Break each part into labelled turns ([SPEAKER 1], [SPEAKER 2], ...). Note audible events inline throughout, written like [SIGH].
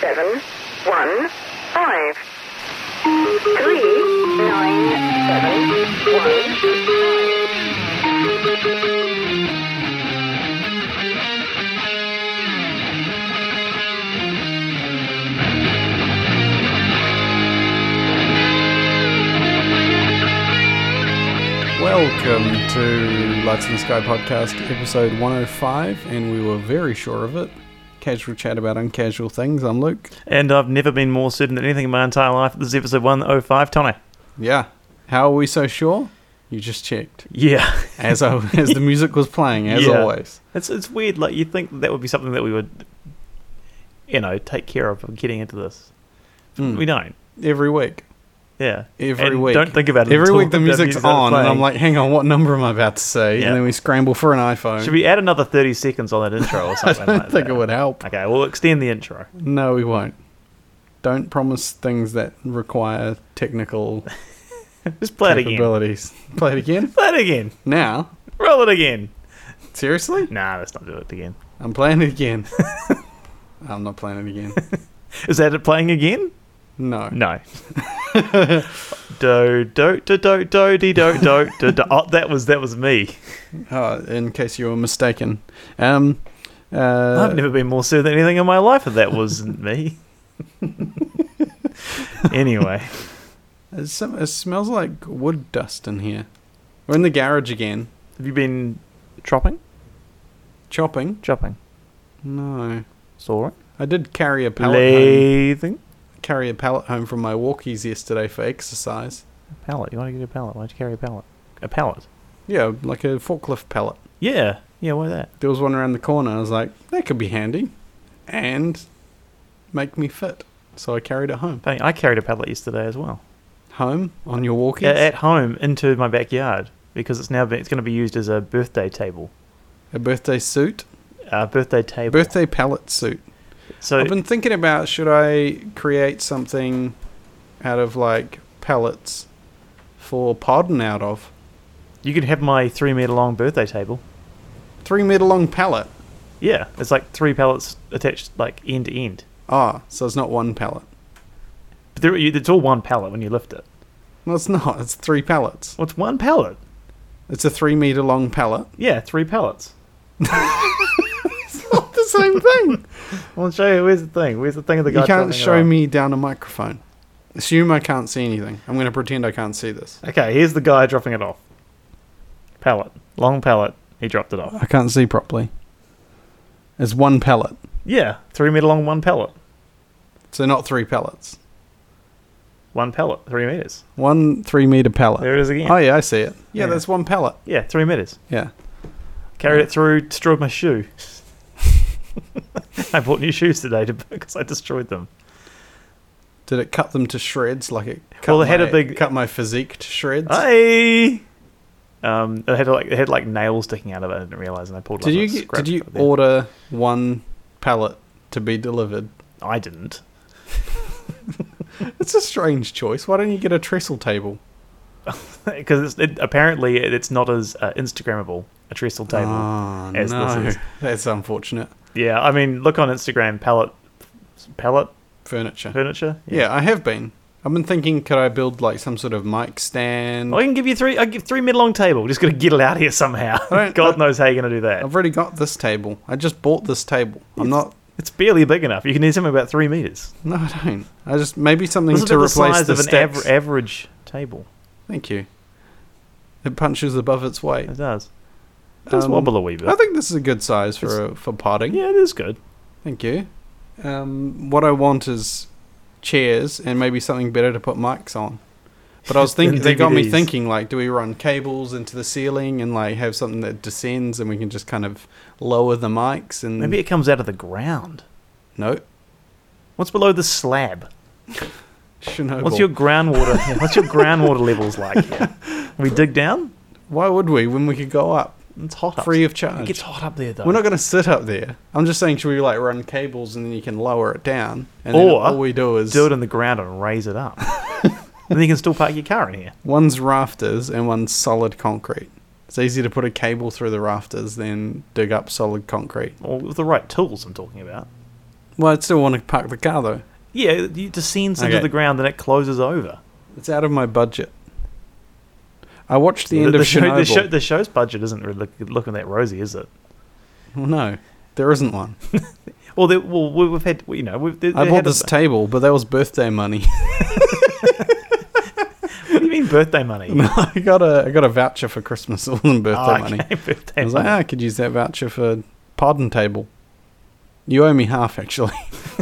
[SPEAKER 1] seven one five. Three nine seven one.
[SPEAKER 2] Welcome to Lights in the Sky podcast, episode 105, and we were very sure of it. Casual chat about uncasual things. I'm Luke.
[SPEAKER 3] And I've never been more certain than anything in my entire life. This is episode 105, Tony.
[SPEAKER 2] Yeah. How are we so sure? You just checked.
[SPEAKER 3] Yeah.
[SPEAKER 2] As I, [LAUGHS] as the music was playing, as
[SPEAKER 3] Yeah.
[SPEAKER 2] always.
[SPEAKER 3] It's, it's weird. Like, you'd think that would be something that we would, you know, take care of getting into this.
[SPEAKER 2] Mm.
[SPEAKER 3] We don't.
[SPEAKER 2] Every week.
[SPEAKER 3] Yeah.
[SPEAKER 2] Every
[SPEAKER 3] And
[SPEAKER 2] week.
[SPEAKER 3] Don't think about it.
[SPEAKER 2] Every
[SPEAKER 3] until
[SPEAKER 2] week the music's
[SPEAKER 3] music starts
[SPEAKER 2] on, and
[SPEAKER 3] playing.
[SPEAKER 2] I'm like, hang on, what number am I about to say?
[SPEAKER 3] Yeah.
[SPEAKER 2] And then we scramble for an iPhone. [LAUGHS]
[SPEAKER 3] should we add another 30 seconds on that intro or something
[SPEAKER 2] I
[SPEAKER 3] like
[SPEAKER 2] don't think
[SPEAKER 3] that?
[SPEAKER 2] it would help.
[SPEAKER 3] Okay, we'll extend the intro.
[SPEAKER 2] No, we won't. Don't promise things that require technical
[SPEAKER 3] Just play it again.
[SPEAKER 2] capabilities. Play it again?
[SPEAKER 3] Play it again.
[SPEAKER 2] Now?
[SPEAKER 3] Roll it again.
[SPEAKER 2] Seriously?
[SPEAKER 3] Nah, let's not do it again.
[SPEAKER 2] I'm playing it again. I'm not playing it again.
[SPEAKER 3] Is that it playing again?
[SPEAKER 2] No.
[SPEAKER 3] No. do do do do do de, do do do do. Oh, that was that was me.
[SPEAKER 2] Oh, in case you were mistaken. Um, uh,
[SPEAKER 3] I've never been more certain than anything in my life that that wasn't me. anyway,
[SPEAKER 2] it, sm- it smells like wood dust in here. We're in the garage again.
[SPEAKER 3] have you been chopping?
[SPEAKER 2] Chopping?
[SPEAKER 3] Chopping.
[SPEAKER 2] No.
[SPEAKER 3] Sorry.
[SPEAKER 2] I did carry a pallet home,
[SPEAKER 3] Leathing.
[SPEAKER 2] carry a pallet home from my walkies yesterday for exercise.
[SPEAKER 3] A pallet. You want to get a pallet? Why'd you carry a pallet? A pallet.
[SPEAKER 2] Yeah, like a forklift pallet.
[SPEAKER 3] Yeah. Yeah. Why that?
[SPEAKER 2] There was one around the corner. I was like, that could be handy, and make me fit. So I carried it home.
[SPEAKER 3] Funny, I carried a pallet yesterday as well.
[SPEAKER 2] Home on your walkies.
[SPEAKER 3] A- At home into my backyard because it's now been, it's going to be used as a birthday table.
[SPEAKER 2] A birthday suit.
[SPEAKER 3] Uh, birthday table.
[SPEAKER 2] Birthday palette suit.
[SPEAKER 3] So
[SPEAKER 2] I've been thinking about should I create something out of like pallets for podding out of?
[SPEAKER 3] You could have my three meter long birthday table.
[SPEAKER 2] Three meter long pallet.
[SPEAKER 3] Yeah, it's like three pallets attached, like end to end.
[SPEAKER 2] Ah, so it's not one pallet.
[SPEAKER 3] But there, you- it's all one pallet when you lift it.
[SPEAKER 2] No, it's not. It's three pallets.
[SPEAKER 3] Well, it's one pallet.
[SPEAKER 2] It's a three meter long pallet.
[SPEAKER 3] Yeah, three pallets.
[SPEAKER 2] It's [LAUGHS] not the same [LAUGHS] thing.
[SPEAKER 3] I'll show you. Where's the thing? Where's the thing of the guy?
[SPEAKER 2] you can't
[SPEAKER 3] driving it
[SPEAKER 2] show
[SPEAKER 3] up?
[SPEAKER 2] me down a microphone. Assume I can't see anything. I'm going to pretend I can't see this.
[SPEAKER 3] Okay, here's the guy dropping it off. Pallet, long pallet. He dropped it off.
[SPEAKER 2] I can't see properly. It's one pallet,
[SPEAKER 3] Yeah, three meter long, one pallet.
[SPEAKER 2] so not three pallets.
[SPEAKER 3] One pallet, three meters.
[SPEAKER 2] One three meter pallet.
[SPEAKER 3] There it is again.
[SPEAKER 2] Oh yeah, I see it. Yeah,
[SPEAKER 3] Yeah.
[SPEAKER 2] that's one pallet.
[SPEAKER 3] Yeah, three meters.
[SPEAKER 2] Yeah.
[SPEAKER 3] Carried it through, destroyed my shoe. [LAUGHS] I bought new shoes today to, because I destroyed them.
[SPEAKER 2] Did it cut them to shreds? Like it? Cut
[SPEAKER 3] Well, it had
[SPEAKER 2] my,
[SPEAKER 3] a big-
[SPEAKER 2] cut my physique to shreds.
[SPEAKER 3] Hi. Um, it had like it had like nails sticking out of it. I didn't realize, and I pulled.
[SPEAKER 2] did
[SPEAKER 3] like,
[SPEAKER 2] you
[SPEAKER 3] a
[SPEAKER 2] get-
[SPEAKER 3] scrap
[SPEAKER 2] did you
[SPEAKER 3] of it.
[SPEAKER 2] order one pallet to be delivered?
[SPEAKER 3] I didn't. [LAUGHS]
[SPEAKER 2] It's a strange choice. Why don't you get a trestle table?
[SPEAKER 3] Because it, apparently it's not as uh, Instagrammable a trestle table.
[SPEAKER 2] Oh
[SPEAKER 3] as this
[SPEAKER 2] no,
[SPEAKER 3] is.
[SPEAKER 2] that's unfortunate.
[SPEAKER 3] yeah, I mean, look on Instagram pallet pallet
[SPEAKER 2] Furniture.
[SPEAKER 3] furniture.
[SPEAKER 2] yeah. I have been. I've been thinking, could I build like some sort of mic stand?
[SPEAKER 3] Oh, I can give you three. I give three mid long table. Just gotta get it out of
[SPEAKER 2] [LAUGHS]
[SPEAKER 3] here somehow.
[SPEAKER 2] don't-
[SPEAKER 3] God
[SPEAKER 2] I-
[SPEAKER 3] knows how you're gonna do that.
[SPEAKER 2] I've already got this table. I just bought this table. I'm not.
[SPEAKER 3] It's barely big enough. You can need something about three meters.
[SPEAKER 2] No, I don't. I just maybe something
[SPEAKER 3] This is
[SPEAKER 2] to
[SPEAKER 3] about the
[SPEAKER 2] replace
[SPEAKER 3] size
[SPEAKER 2] the
[SPEAKER 3] of an
[SPEAKER 2] stacks.
[SPEAKER 3] aver- average table.
[SPEAKER 2] Thank you. It punches above its weight.
[SPEAKER 3] It does. It does
[SPEAKER 2] Um,
[SPEAKER 3] wobble a wee bit.
[SPEAKER 2] I think this is a good size for a, for potting.
[SPEAKER 3] yeah, it is good.
[SPEAKER 2] Thank you. Um, what I want is chairs and maybe something better to put mics on. But
[SPEAKER 3] [LAUGHS]
[SPEAKER 2] I was thinking,
[SPEAKER 3] And
[SPEAKER 2] they got me
[SPEAKER 3] DVDs.
[SPEAKER 2] thinking, like, do we run cables into the ceiling and like have something that descends and we can just kind of lower the mics and
[SPEAKER 3] Maybe it comes out of the ground.
[SPEAKER 2] no [LAUGHS]
[SPEAKER 3] What's below the slab?
[SPEAKER 2] Chernobyl.
[SPEAKER 3] What's
[SPEAKER 2] [LAUGHS]
[SPEAKER 3] your groundwater? yeah, what's your groundwater levels like? Here? We dig down.
[SPEAKER 2] Why would we when we could go up
[SPEAKER 3] It's hot up.
[SPEAKER 2] free of
[SPEAKER 3] It
[SPEAKER 2] charge?
[SPEAKER 3] gets hot up there though.
[SPEAKER 2] We're not going to sit up there. I'm just saying, should we like run cables and then you can lower it down? And then
[SPEAKER 3] Or
[SPEAKER 2] all we do is
[SPEAKER 3] do it in the ground and raise
[SPEAKER 2] [LAUGHS]
[SPEAKER 3] it up. then you can still park your car in here.
[SPEAKER 2] One's rafters and one's solid concrete. It's easier to put a cable through the rafters than dig up solid concrete.
[SPEAKER 3] Or with the right tools, I'm talking about.
[SPEAKER 2] Well, I'd still want to park the car though.
[SPEAKER 3] Yeah, it descends into
[SPEAKER 2] Okay.
[SPEAKER 3] the ground and it closes over.
[SPEAKER 2] It's out of my budget. I watched the
[SPEAKER 3] The-
[SPEAKER 2] end
[SPEAKER 3] the
[SPEAKER 2] of
[SPEAKER 3] show-
[SPEAKER 2] Chernobyl.
[SPEAKER 3] the, show, the show's budget isn't really look- looking that rosy, is it?
[SPEAKER 2] Well, no, there isn't one.
[SPEAKER 3] Well, there, well, we- we've had you know we've. [LAUGHS] They,
[SPEAKER 2] I
[SPEAKER 3] they
[SPEAKER 2] bought
[SPEAKER 3] had a-
[SPEAKER 2] this table, but that was birthday money.
[SPEAKER 3] [LAUGHS]
[SPEAKER 2] [LAUGHS]
[SPEAKER 3] what do you mean
[SPEAKER 2] [LAUGHS]
[SPEAKER 3] birthday money?
[SPEAKER 2] I got a I got a voucher for Christmas. [LAUGHS] It wasn't birthday
[SPEAKER 3] Oh, okay, [LAUGHS]
[SPEAKER 2] money.
[SPEAKER 3] birthday
[SPEAKER 2] I was like,
[SPEAKER 3] money.
[SPEAKER 2] ah, I could use that voucher for pardon table. You owe me half, actually. [LAUGHS]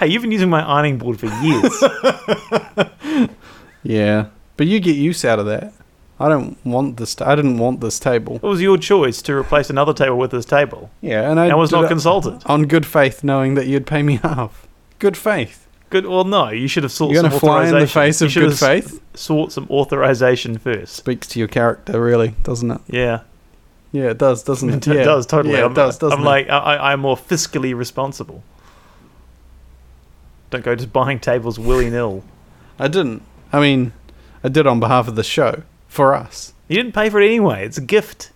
[SPEAKER 3] Hey, you've been using my ironing board for
[SPEAKER 2] [LAUGHS]
[SPEAKER 3] years.
[SPEAKER 2] yeah, but you get use out of that. I don't want this. I I didn't want this table.
[SPEAKER 3] it was your choice to replace another table with this table.
[SPEAKER 2] Yeah, and I,
[SPEAKER 3] I was
[SPEAKER 2] did
[SPEAKER 3] not
[SPEAKER 2] it
[SPEAKER 3] consulted.
[SPEAKER 2] on good faith, knowing that you'd pay me [LAUGHS] half. Good faith.
[SPEAKER 3] Good. Well, no, you should have sought
[SPEAKER 2] You're
[SPEAKER 3] some
[SPEAKER 2] gonna fly in
[SPEAKER 3] authorization.
[SPEAKER 2] the face
[SPEAKER 3] You
[SPEAKER 2] of
[SPEAKER 3] should
[SPEAKER 2] good
[SPEAKER 3] have
[SPEAKER 2] faith.
[SPEAKER 3] Sought some authorization first.
[SPEAKER 2] Speaks to your character, really, doesn't it?
[SPEAKER 3] Yeah,
[SPEAKER 2] Yeah, it does, doesn't it?
[SPEAKER 3] [LAUGHS] it
[SPEAKER 2] yeah.
[SPEAKER 3] does totally.
[SPEAKER 2] Yeah,
[SPEAKER 3] I'm,
[SPEAKER 2] it does, doesn't
[SPEAKER 3] I'm
[SPEAKER 2] it?
[SPEAKER 3] like, I, I- I'm more fiscally responsible. Don't go just buying tables willy nil.
[SPEAKER 2] I didn't. I mean, I did on behalf of the show for us.
[SPEAKER 3] You didn't pay for it anyway. It's a gift.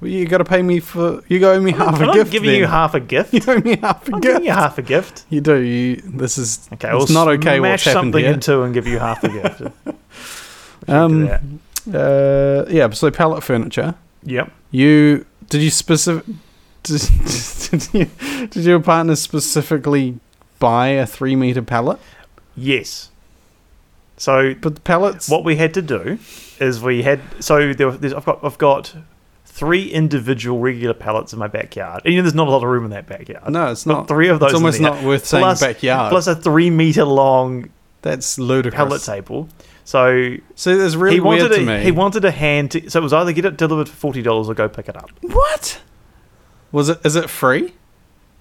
[SPEAKER 2] Well, you got to pay me for. You owe me half
[SPEAKER 3] I'm
[SPEAKER 2] a
[SPEAKER 3] not
[SPEAKER 2] gift.
[SPEAKER 3] giving
[SPEAKER 2] then.
[SPEAKER 3] you half a
[SPEAKER 2] [LAUGHS]
[SPEAKER 3] gift.
[SPEAKER 2] You owe me half a
[SPEAKER 3] I'm
[SPEAKER 2] gift.
[SPEAKER 3] giving you half a gift.
[SPEAKER 2] You do. You. This is.
[SPEAKER 3] Okay,
[SPEAKER 2] it's
[SPEAKER 3] I'll
[SPEAKER 2] not okay.
[SPEAKER 3] smash
[SPEAKER 2] What's happened
[SPEAKER 3] something
[SPEAKER 2] here?
[SPEAKER 3] into and give you half
[SPEAKER 2] [LAUGHS]
[SPEAKER 3] a gift.
[SPEAKER 2] Um,
[SPEAKER 3] that.
[SPEAKER 2] Uh, yeah. So pallet furniture.
[SPEAKER 3] Yep.
[SPEAKER 2] You did you specific? [LAUGHS] Did, did, you, did your partner specifically buy a three meter pallet?
[SPEAKER 3] Yes. So
[SPEAKER 2] But the pallets.
[SPEAKER 3] what we had to do is we had so there, there's, I've got I've got three individual regular pallets in my backyard. And you know, there's not a lot of room in that backyard.
[SPEAKER 2] No, it's not.
[SPEAKER 3] Three of those.
[SPEAKER 2] it's
[SPEAKER 3] in
[SPEAKER 2] almost
[SPEAKER 3] there.
[SPEAKER 2] not worth saying
[SPEAKER 3] Plus-
[SPEAKER 2] backyard.
[SPEAKER 3] Plus a three meter long
[SPEAKER 2] That's ludicrous.
[SPEAKER 3] pallet table. So
[SPEAKER 2] So that's really
[SPEAKER 3] he wanted
[SPEAKER 2] weird to
[SPEAKER 3] a,
[SPEAKER 2] me.
[SPEAKER 3] he wanted a hand. To, so it was either get it delivered for forty dollars or go pick it up.
[SPEAKER 2] what? Was it? Is it free?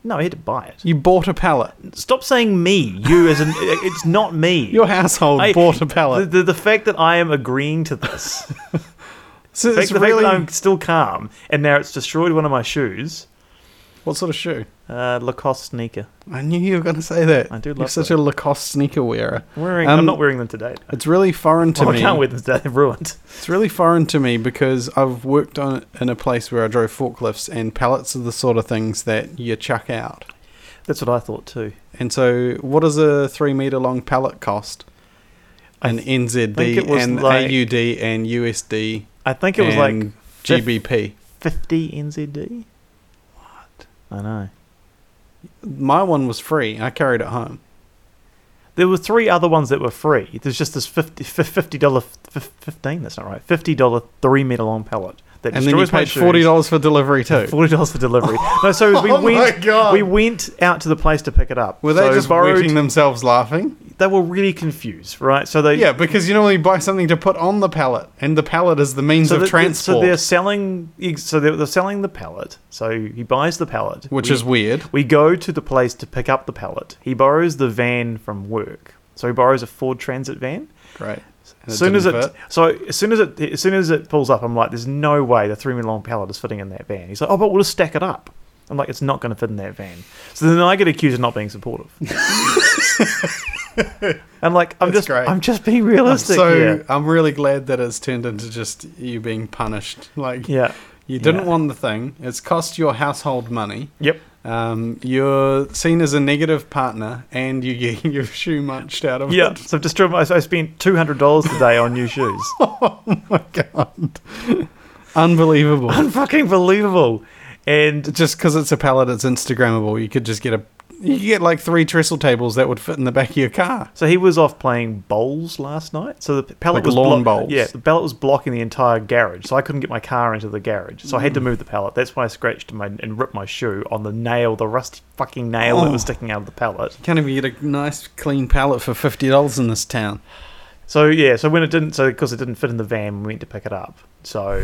[SPEAKER 3] No, he had to buy it.
[SPEAKER 2] You bought a pallet.
[SPEAKER 3] Stop saying me. You as in [LAUGHS] it's not me.
[SPEAKER 2] Your household
[SPEAKER 3] I-
[SPEAKER 2] bought a
[SPEAKER 3] the,
[SPEAKER 2] pallet.
[SPEAKER 3] the, the fact that I am agreeing
[SPEAKER 2] [LAUGHS]
[SPEAKER 3] to
[SPEAKER 2] so
[SPEAKER 3] this, the,
[SPEAKER 2] it's
[SPEAKER 3] fact, the fact
[SPEAKER 2] really.
[SPEAKER 3] that I'm still calm, and now it's destroyed one of my shoes,
[SPEAKER 2] what sort of shoe?
[SPEAKER 3] uh, Lacoste sneaker.
[SPEAKER 2] I knew you were going to say that.
[SPEAKER 3] I do
[SPEAKER 2] You're
[SPEAKER 3] love
[SPEAKER 2] such
[SPEAKER 3] that.
[SPEAKER 2] a Lacoste sneaker wearer.
[SPEAKER 3] I'm Wearing,
[SPEAKER 2] Um,
[SPEAKER 3] I'm not wearing them today. though.
[SPEAKER 2] It's really foreign to
[SPEAKER 3] Well,
[SPEAKER 2] me.
[SPEAKER 3] I can't wear them today. [LAUGHS] They're ruined.
[SPEAKER 2] It's really foreign to me because I've worked on in a place where I drove forklifts, and pallets are the sort of things that you chuck out.
[SPEAKER 3] That's what I thought too.
[SPEAKER 2] And so, what does a three meter long pallet cost?
[SPEAKER 3] I
[SPEAKER 2] An NZD,
[SPEAKER 3] think it was
[SPEAKER 2] and
[SPEAKER 3] like-
[SPEAKER 2] AUD, and USD,
[SPEAKER 3] I think it was like
[SPEAKER 2] and GBP.
[SPEAKER 3] fifty NZD. What? I know.
[SPEAKER 2] My one was free. I carried it home.
[SPEAKER 3] There were three other ones that were free. There's just this 50 dollar fifteen. That's not right. Fifty dollar three meter long pallet that
[SPEAKER 2] And then you
[SPEAKER 3] destroys my
[SPEAKER 2] paid
[SPEAKER 3] shoes.
[SPEAKER 2] forty dollars for delivery too.
[SPEAKER 3] Forty dollars for
[SPEAKER 2] [LAUGHS]
[SPEAKER 3] delivery. No, so we
[SPEAKER 2] Oh my
[SPEAKER 3] went.
[SPEAKER 2] God.
[SPEAKER 3] We went out to the place to pick it up.
[SPEAKER 2] Were they
[SPEAKER 3] So
[SPEAKER 2] just
[SPEAKER 3] borrowed-
[SPEAKER 2] wetting themselves laughing?
[SPEAKER 3] They were really confused, right? So they
[SPEAKER 2] Yeah, because you normally buy something to put on the pallet, and the pallet is the means
[SPEAKER 3] so
[SPEAKER 2] of
[SPEAKER 3] they-
[SPEAKER 2] transport,
[SPEAKER 3] So they're selling. So they're, they're selling the pallet. So he buys the pallet,
[SPEAKER 2] which
[SPEAKER 3] We-
[SPEAKER 2] is weird.
[SPEAKER 3] We go to the place to pick up the pallet. He borrows the van from work. So he borrows a Ford Transit van.
[SPEAKER 2] Great.
[SPEAKER 3] As soon as it, so as soon as it, as soon as it pulls up, I'm like, "There's no way the three meter long pallet is fitting in that van." He's like, "Oh, but we'll just stack it up." I'm like, "It's not going to fit in that van." So then I get accused of not
[SPEAKER 2] [LAUGHS]
[SPEAKER 3] being supportive. I'm like, "I'm
[SPEAKER 2] That's
[SPEAKER 3] just,
[SPEAKER 2] great.
[SPEAKER 3] I'm just being
[SPEAKER 2] I'm
[SPEAKER 3] realistic
[SPEAKER 2] so
[SPEAKER 3] here."
[SPEAKER 2] I'm really glad that it's turned into just you being punished. Like
[SPEAKER 3] Yeah.
[SPEAKER 2] you didn't
[SPEAKER 3] Yeah.
[SPEAKER 2] want the thing. It's cost your household money.
[SPEAKER 3] Yep.
[SPEAKER 2] Um, you're seen as a negative partner, and you get [LAUGHS] your shoe munched out of
[SPEAKER 3] Yeah.
[SPEAKER 2] it.
[SPEAKER 3] So I've destroyed. My, so I spent two hundred dollars today on new shoes.
[SPEAKER 2] [LAUGHS] My God, unbelievable!
[SPEAKER 3] Unfucking believable. And
[SPEAKER 2] just because it's a pallet, it's Instagrammable. You could just get a you could get like three trestle tables that would fit in the back of your car.
[SPEAKER 3] so he was off playing bowls last night. So the pallet
[SPEAKER 2] Like
[SPEAKER 3] was
[SPEAKER 2] lawn
[SPEAKER 3] block-
[SPEAKER 2] bowls.
[SPEAKER 3] Yeah, the pallet was blocking the entire garage, so I couldn't get my car into the garage. So I
[SPEAKER 2] Hmm.
[SPEAKER 3] had to move the pallet. That's why I scratched my and ripped my shoe on the nail, the rusty fucking nail that was
[SPEAKER 2] Oh.
[SPEAKER 3] sticking out of the pallet.
[SPEAKER 2] Can't even get a nice clean pallet for fifty dollars in this town.
[SPEAKER 3] So yeah, so when it didn't, so because it didn't fit in the van, we went to pick it up. So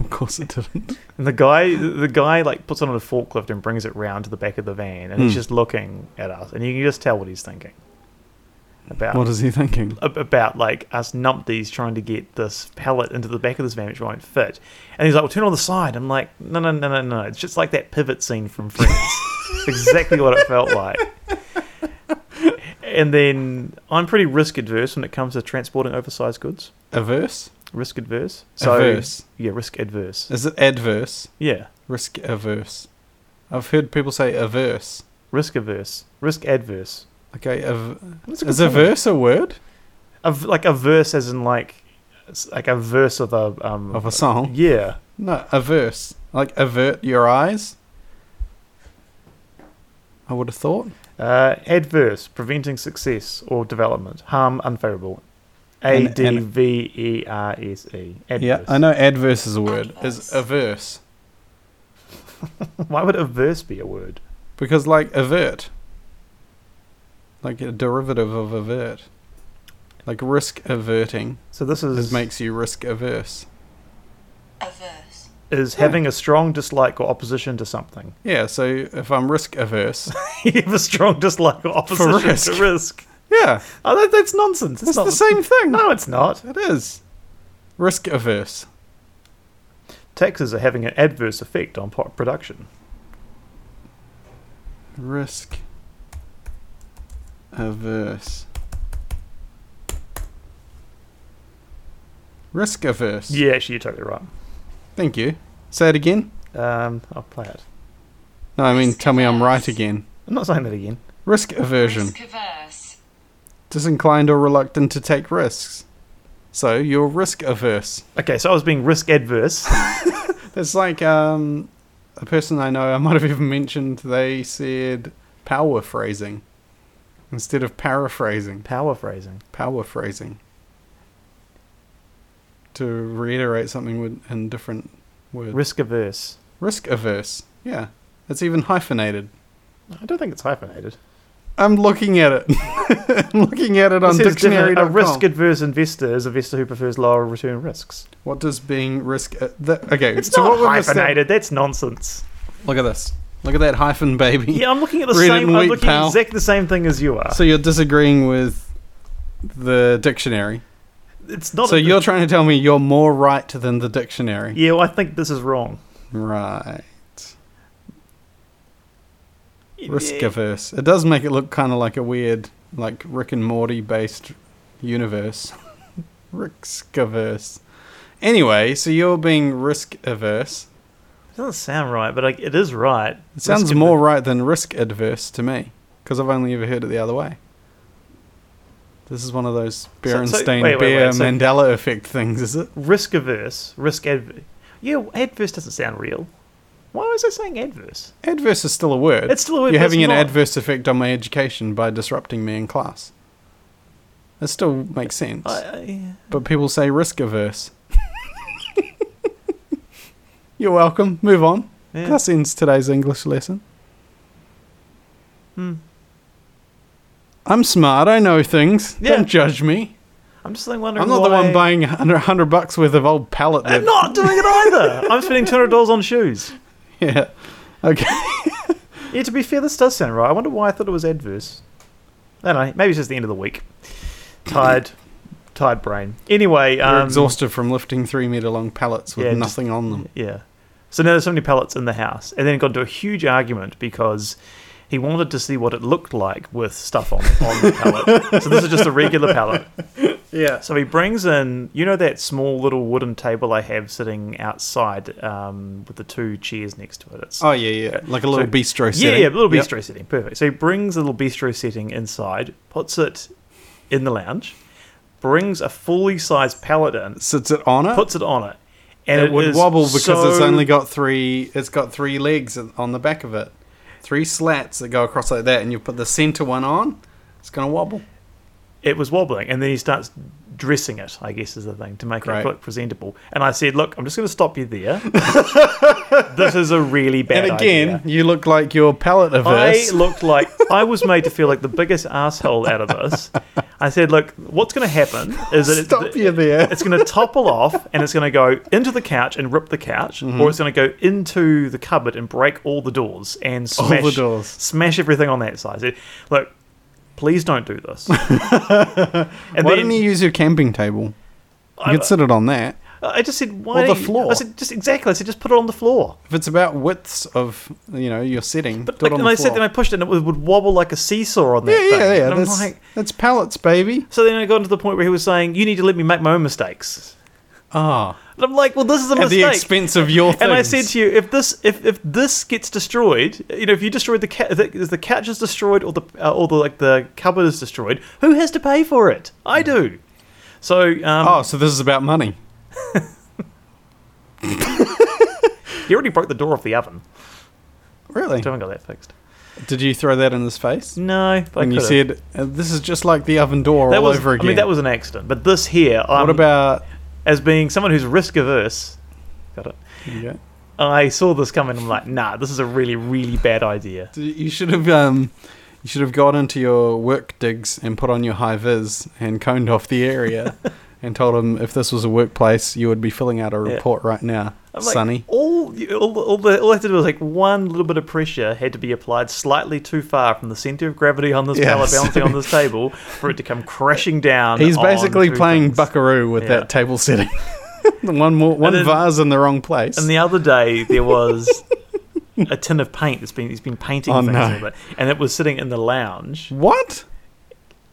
[SPEAKER 2] Of course it didn't.
[SPEAKER 3] And the guy, the guy, like puts it on a forklift and brings it round to the back of the van, and he's
[SPEAKER 2] Hmm.
[SPEAKER 3] just looking at us, and you can just tell what he's thinking about
[SPEAKER 2] What is he thinking?
[SPEAKER 3] ab- about like us numpties trying to get this pallet into the back of this van which won't fit. And he's like, "Well, turn on the side." I'm like, "No, no, no, no, no! It's just like that pivot scene from Friends. It's exactly what it felt like." And then I'm pretty risk adverse when it comes to transporting oversized goods.
[SPEAKER 2] Averse?
[SPEAKER 3] Risk adverse. So
[SPEAKER 2] Averse.
[SPEAKER 3] yeah, risk adverse.
[SPEAKER 2] Is it adverse?
[SPEAKER 3] Yeah.
[SPEAKER 2] Risk averse. I've heard people say averse.
[SPEAKER 3] risk averse, risk adverse.
[SPEAKER 2] Okay, av-
[SPEAKER 3] That's a good
[SPEAKER 2] is averse a word
[SPEAKER 3] Av- like averse as in like it's like a verse of a um
[SPEAKER 2] of a song?
[SPEAKER 3] yeah.
[SPEAKER 2] No, averse. Like avert your eyes. I would have thought.
[SPEAKER 3] Uh, adverse, preventing success or development, harm, unfavorable. A
[SPEAKER 2] And-
[SPEAKER 3] D
[SPEAKER 2] and-
[SPEAKER 3] V E R S E. Adverse.
[SPEAKER 2] Yeah, I know adverse is a word. Is averse
[SPEAKER 3] Why would averse be a word?
[SPEAKER 2] because like avert, like a derivative of avert, like risk averting.
[SPEAKER 3] So this is
[SPEAKER 2] This makes you risk averse.
[SPEAKER 4] averse,
[SPEAKER 3] is having a strong dislike or opposition to something. [LAUGHS]
[SPEAKER 2] Yeah, so if I'm risk averse, [LAUGHS]
[SPEAKER 3] you have a strong dislike or opposition
[SPEAKER 2] risk.
[SPEAKER 3] to risk.
[SPEAKER 2] yeah,
[SPEAKER 3] Oh, that, that's nonsense. It's
[SPEAKER 2] it's
[SPEAKER 3] not
[SPEAKER 2] the same thing.
[SPEAKER 3] No, it's not.
[SPEAKER 2] It is risk averse.
[SPEAKER 3] Taxes are having an adverse effect on pot production.
[SPEAKER 2] Risk averse. Risk averse.
[SPEAKER 3] Yeah, actually, you're totally right.
[SPEAKER 2] Thank you. Say it again.
[SPEAKER 3] Um, I'll play it.
[SPEAKER 2] No, I mean,
[SPEAKER 4] Risk
[SPEAKER 2] tell me I'm right
[SPEAKER 4] averse.
[SPEAKER 2] again.
[SPEAKER 3] I'm not saying that again.
[SPEAKER 2] Risk aversion.
[SPEAKER 4] risk averse,
[SPEAKER 2] Disinclined or reluctant to take risks. So you're risk averse.
[SPEAKER 3] Okay, so I was being risk adverse.
[SPEAKER 2] [LAUGHS] It's like um, a person I know, I might have even mentioned, they said power phrasing instead of paraphrasing.
[SPEAKER 3] Power phrasing.
[SPEAKER 2] Power phrasing. To reiterate something with, in different words.
[SPEAKER 3] Risk averse.
[SPEAKER 2] risk averse. Yeah. It's even hyphenated.
[SPEAKER 3] I don't think it's hyphenated.
[SPEAKER 2] I'm looking at it. [LAUGHS] I'm looking at it on
[SPEAKER 3] It says
[SPEAKER 2] dictionary.
[SPEAKER 3] different- a risk adverse investor is a investor who prefers lower return risks.
[SPEAKER 2] What does being risk? Uh, that, okay,
[SPEAKER 3] It's
[SPEAKER 2] so
[SPEAKER 3] not
[SPEAKER 2] what we've
[SPEAKER 3] hyphenated. That's nonsense.
[SPEAKER 2] estab- Look at this. Look at that hyphen, baby.
[SPEAKER 3] Yeah, I'm looking at the
[SPEAKER 2] Read it
[SPEAKER 3] same.
[SPEAKER 2] and
[SPEAKER 3] I'm
[SPEAKER 2] weep,
[SPEAKER 3] looking at
[SPEAKER 2] pal.
[SPEAKER 3] exactly the same thing as you are.
[SPEAKER 2] So you're disagreeing with the dictionary.
[SPEAKER 3] it's not.
[SPEAKER 2] So
[SPEAKER 3] a-
[SPEAKER 2] you're trying to tell me you're more right than the dictionary.
[SPEAKER 3] Yeah, well, I think this is wrong.
[SPEAKER 2] Right. Risk
[SPEAKER 3] Yeah.
[SPEAKER 2] averse. It does make it look kind of like a weird, like Rick and Morty based universe. [LAUGHS] risk averse. Anyway, so you're being risk averse.
[SPEAKER 3] It doesn't sound right, but like, it is right.
[SPEAKER 2] It sounds
[SPEAKER 3] Risk
[SPEAKER 2] more right than risk adverse to me, because I've only ever heard it the other way. This is one of those
[SPEAKER 3] so-
[SPEAKER 2] Berenstain
[SPEAKER 3] wait, wait,
[SPEAKER 2] Bear
[SPEAKER 3] wait, so-
[SPEAKER 2] Mandela effect things, is it?
[SPEAKER 3] risk averse, risk adverse. Yeah, well, adverse doesn't sound real. Why was I saying adverse?
[SPEAKER 2] Adverse is still a word.
[SPEAKER 3] It's still a word,
[SPEAKER 2] You're
[SPEAKER 3] but it's
[SPEAKER 2] having an
[SPEAKER 3] not-
[SPEAKER 2] adverse effect on my education by disrupting me in class. It still makes sense.
[SPEAKER 3] I, I,
[SPEAKER 2] But people say risk averse. You're welcome. Move on.
[SPEAKER 3] yeah.
[SPEAKER 2] That ends today's English lesson.
[SPEAKER 3] Hmm.
[SPEAKER 2] I'm smart. I know things.
[SPEAKER 3] Yeah.
[SPEAKER 2] Don't judge me.
[SPEAKER 3] I'm just like wondering.
[SPEAKER 2] I'm not the
[SPEAKER 3] why-
[SPEAKER 2] one buying 100, 100 bucks worth of old pallet.
[SPEAKER 3] I'm
[SPEAKER 2] that-
[SPEAKER 3] not doing it either. [LAUGHS] I'm spending two hundred dollars on shoes.
[SPEAKER 2] [LAUGHS] Yeah. Okay.
[SPEAKER 3] Yeah, to be fair, this does sound right. I wonder why I thought it was adverse. I don't know. Maybe it's just the end of the week. Tired, [COUGHS] tired brain. Anyway,
[SPEAKER 2] You're
[SPEAKER 3] um,
[SPEAKER 2] exhausted from lifting three meter long pallets with
[SPEAKER 3] yeah, just-
[SPEAKER 2] nothing on them.
[SPEAKER 3] Yeah. So now there's so many pallets in the house, and then it got into a huge argument because he wanted to see what it looked like with stuff on on the
[SPEAKER 2] [LAUGHS]
[SPEAKER 3] pallet. so this is just a regular pallet.
[SPEAKER 2] Yeah.
[SPEAKER 3] So he brings in, you know, that small little wooden table I have sitting outside um, with the two chairs next to it. It's
[SPEAKER 2] Oh yeah, yeah. Like a little
[SPEAKER 3] So-
[SPEAKER 2] bistro
[SPEAKER 3] Yeah,
[SPEAKER 2] setting.
[SPEAKER 3] yeah, little
[SPEAKER 2] Yep.
[SPEAKER 3] bistro setting. Perfect. So he brings a little bistro setting inside, puts it in the lounge, brings a fully sized pallet in,
[SPEAKER 2] Sits it on it.
[SPEAKER 3] puts it on it, and
[SPEAKER 2] it, would
[SPEAKER 3] is
[SPEAKER 2] wobble because it's
[SPEAKER 3] so-
[SPEAKER 2] only got three. It's got three legs on the back of it, three slats that go across like that, and you put the center one on. It's gonna wobble.
[SPEAKER 3] it was wobbling, and then he starts dressing it. I guess is the thing to make
[SPEAKER 2] Right.
[SPEAKER 3] it look presentable. And I said, "Look, I'm just going to stop
[SPEAKER 2] [LAUGHS]
[SPEAKER 3] you there. this is a really bad
[SPEAKER 2] and again,
[SPEAKER 3] idea."
[SPEAKER 2] you look like your palette averse.
[SPEAKER 3] I looked like I was made to feel like the biggest asshole out of this. I said, "Look, what's going to happen is that
[SPEAKER 2] Stop
[SPEAKER 3] it's,
[SPEAKER 2] you there.
[SPEAKER 3] it's going to topple off and it's going to go into the couch and rip the couch,
[SPEAKER 2] Mm-hmm.
[SPEAKER 3] or it's going to go into the cupboard and break all the doors and
[SPEAKER 2] All
[SPEAKER 3] smash
[SPEAKER 2] the doors.
[SPEAKER 3] smash everything on that side." I said, "Look, please don't do
[SPEAKER 2] [LAUGHS]
[SPEAKER 3] this." and
[SPEAKER 2] Why
[SPEAKER 3] then
[SPEAKER 2] didn't you use your camping table? You
[SPEAKER 3] I-
[SPEAKER 2] could sit it on that.
[SPEAKER 3] I just said, "Why
[SPEAKER 2] Or the
[SPEAKER 3] don't you-"
[SPEAKER 2] floor.
[SPEAKER 3] I said, "Just exactly." I said, "Just put it on the floor."
[SPEAKER 2] If it's about widths of you know your setting,
[SPEAKER 3] But
[SPEAKER 2] do
[SPEAKER 3] like,
[SPEAKER 2] it on
[SPEAKER 3] and
[SPEAKER 2] the
[SPEAKER 3] I
[SPEAKER 2] floor.
[SPEAKER 3] said, then I pushed it, and it would would wobble like a seesaw on that
[SPEAKER 2] yeah,
[SPEAKER 3] thing.
[SPEAKER 2] yeah, yeah.
[SPEAKER 3] And I'm
[SPEAKER 2] That's,
[SPEAKER 3] like.
[SPEAKER 2] that's pallets, baby.
[SPEAKER 3] So then I got to the point where he was saying, "You need to let me make my own mistakes."
[SPEAKER 2] Ah,
[SPEAKER 3] And I'm like, Oh, well, this is a
[SPEAKER 2] at
[SPEAKER 3] mistake.
[SPEAKER 2] the expense of your things.
[SPEAKER 3] and I said to you, if this if, if this gets destroyed, you know, if you destroy the cat, if the- if the couch is destroyed or the uh, or the like the cupboard is destroyed, who has to pay for it? I do. So um,
[SPEAKER 2] oh, so this is about money.
[SPEAKER 3] you already broke the door off the oven.
[SPEAKER 2] Really?
[SPEAKER 3] I haven't got that fixed.
[SPEAKER 2] Did you throw that in his face?
[SPEAKER 3] No, but I
[SPEAKER 2] And you
[SPEAKER 3] could've.
[SPEAKER 2] said, uh, this is just like the oven door
[SPEAKER 3] that
[SPEAKER 2] all
[SPEAKER 3] was,
[SPEAKER 2] over again.
[SPEAKER 3] I mean, that was um, an accident. But this here, i
[SPEAKER 2] what about.
[SPEAKER 3] as being someone who's risk averse? Got it.
[SPEAKER 2] Yeah.
[SPEAKER 3] I saw this coming. I'm like, nah, this is a really, really bad idea.
[SPEAKER 2] You should have um, you should have got into your work digs and put on your high vis and coned off the
[SPEAKER 3] [LAUGHS]
[SPEAKER 2] area and told him if this was a workplace, you would be filling out a report right now,
[SPEAKER 3] I'm like,
[SPEAKER 2] Sonny.
[SPEAKER 3] All, you- all, all, the, all I had to do was like one little bit of pressure had to be applied slightly too far from the center of gravity on this
[SPEAKER 2] Yeah,
[SPEAKER 3] pallet
[SPEAKER 2] so-
[SPEAKER 3] balancing
[SPEAKER 2] [LAUGHS]
[SPEAKER 3] on this table for it to come crashing down.
[SPEAKER 2] He's
[SPEAKER 3] on
[SPEAKER 2] basically
[SPEAKER 3] two
[SPEAKER 2] playing
[SPEAKER 3] things.
[SPEAKER 2] buckaroo with
[SPEAKER 3] Yeah.
[SPEAKER 2] that table setting. [LAUGHS] one more, one
[SPEAKER 3] then-
[SPEAKER 2] vase in the wrong place.
[SPEAKER 3] And the other day there was a tin of paint that's been he's been painting
[SPEAKER 2] Oh,
[SPEAKER 3] things
[SPEAKER 2] no.
[SPEAKER 3] with it, and it was sitting in the lounge
[SPEAKER 2] what?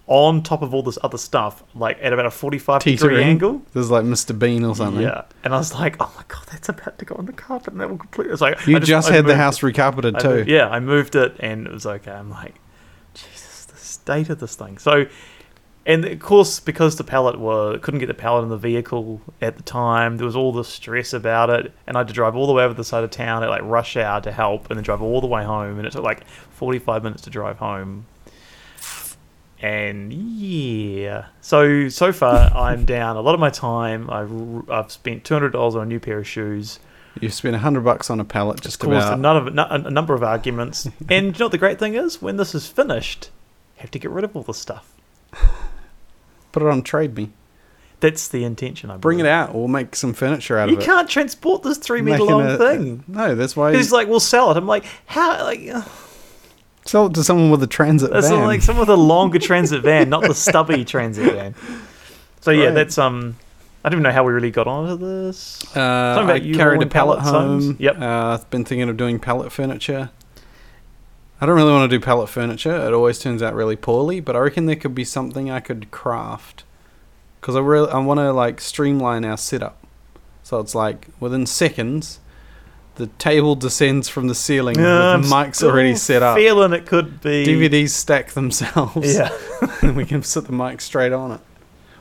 [SPEAKER 3] on top of all this other stuff, like at about a forty-five degree
[SPEAKER 2] Teetering.
[SPEAKER 3] angle.
[SPEAKER 2] This is like Mr. Bean or something.
[SPEAKER 3] Yeah, and I was like, "Oh my god, that's about to go on the carpet." And that will completely. It's like
[SPEAKER 2] You
[SPEAKER 3] I
[SPEAKER 2] just,
[SPEAKER 3] I
[SPEAKER 2] had the
[SPEAKER 3] moved-
[SPEAKER 2] house recarpeted
[SPEAKER 3] I
[SPEAKER 2] too.
[SPEAKER 3] moved- yeah, I moved it, and it was okay. I'm like, Jesus, the state of this thing. So, and of course, because the pallet were couldn't get the pallet in the vehicle at the time, there was all the stress about it, and I had to drive all the way over the side of town at like rush hour to help, and then drive all the way home, and it took like 45 minutes to drive home. And yeah, so so far I'm down a lot of my time. I've I've spent two hundred dollars on a new pair of shoes
[SPEAKER 2] You spent a hundred bucks on a pallet just
[SPEAKER 3] caused a,
[SPEAKER 2] about.
[SPEAKER 3] none of, nu- a number
[SPEAKER 2] [LAUGHS]
[SPEAKER 3] of arguments. and you know what the great thing is? When this is finished, you have to get rid of all the stuff.
[SPEAKER 2] Put it on Trade Me.
[SPEAKER 3] That's the intention. I
[SPEAKER 2] Bring it
[SPEAKER 3] believe.
[SPEAKER 2] out. We'll make some furniture out
[SPEAKER 3] You
[SPEAKER 2] of it.
[SPEAKER 3] can't transport this three meter
[SPEAKER 2] Making
[SPEAKER 3] long
[SPEAKER 2] a-
[SPEAKER 3] thing.
[SPEAKER 2] No, that's why.
[SPEAKER 3] He's like, we'll sell it. I'm like, how? Like, ugh.
[SPEAKER 2] Sell it to someone with a transit
[SPEAKER 3] that's
[SPEAKER 2] van.
[SPEAKER 3] like some of the longer transit van, not
[SPEAKER 2] [LAUGHS]
[SPEAKER 3] the stubby transit van. So yeah,
[SPEAKER 2] Right.
[SPEAKER 3] that's um. I don't even know how we really got onto this.
[SPEAKER 2] uh,
[SPEAKER 3] about
[SPEAKER 2] I
[SPEAKER 3] you
[SPEAKER 2] carried a
[SPEAKER 3] hauling
[SPEAKER 2] pallet
[SPEAKER 3] pallets, Holmes.
[SPEAKER 2] home.
[SPEAKER 3] Yep.
[SPEAKER 2] Uh, I've been thinking of doing pallet furniture. I don't really want to do pallet furniture. It always turns out really poorly, but I reckon there could be something I could craft. Because I really, I want to like streamline our setup. So it's like within seconds, the table descends from the ceiling.
[SPEAKER 3] Yeah,
[SPEAKER 2] with
[SPEAKER 3] I'm
[SPEAKER 2] mics already
[SPEAKER 3] still
[SPEAKER 2] set up.
[SPEAKER 3] Feeling it could be
[SPEAKER 2] DVDs stack themselves.
[SPEAKER 3] Yeah.
[SPEAKER 2] [LAUGHS] and we can sit the mic straight on it.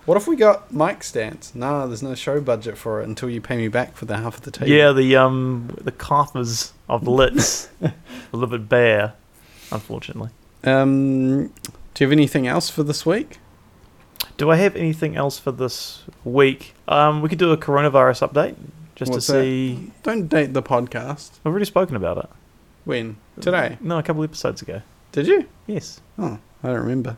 [SPEAKER 2] What if we got mic stands? No, there's no show budget for it until you pay me back for the half of the table.
[SPEAKER 3] Yeah, the um the coffers
[SPEAKER 2] [LAUGHS]
[SPEAKER 3] of Litz a little bit bare, unfortunately.
[SPEAKER 2] Um, do you have anything else for this week?
[SPEAKER 3] Do I have anything else for this week? Um, we could do a coronavirus update just
[SPEAKER 2] What's
[SPEAKER 3] to
[SPEAKER 2] that?
[SPEAKER 3] see.
[SPEAKER 2] Don't date the podcast.
[SPEAKER 3] I've already spoken about it
[SPEAKER 2] When? Today?
[SPEAKER 3] No, a couple episodes ago.
[SPEAKER 2] Did you?
[SPEAKER 3] Yes.
[SPEAKER 2] Oh, I don't remember.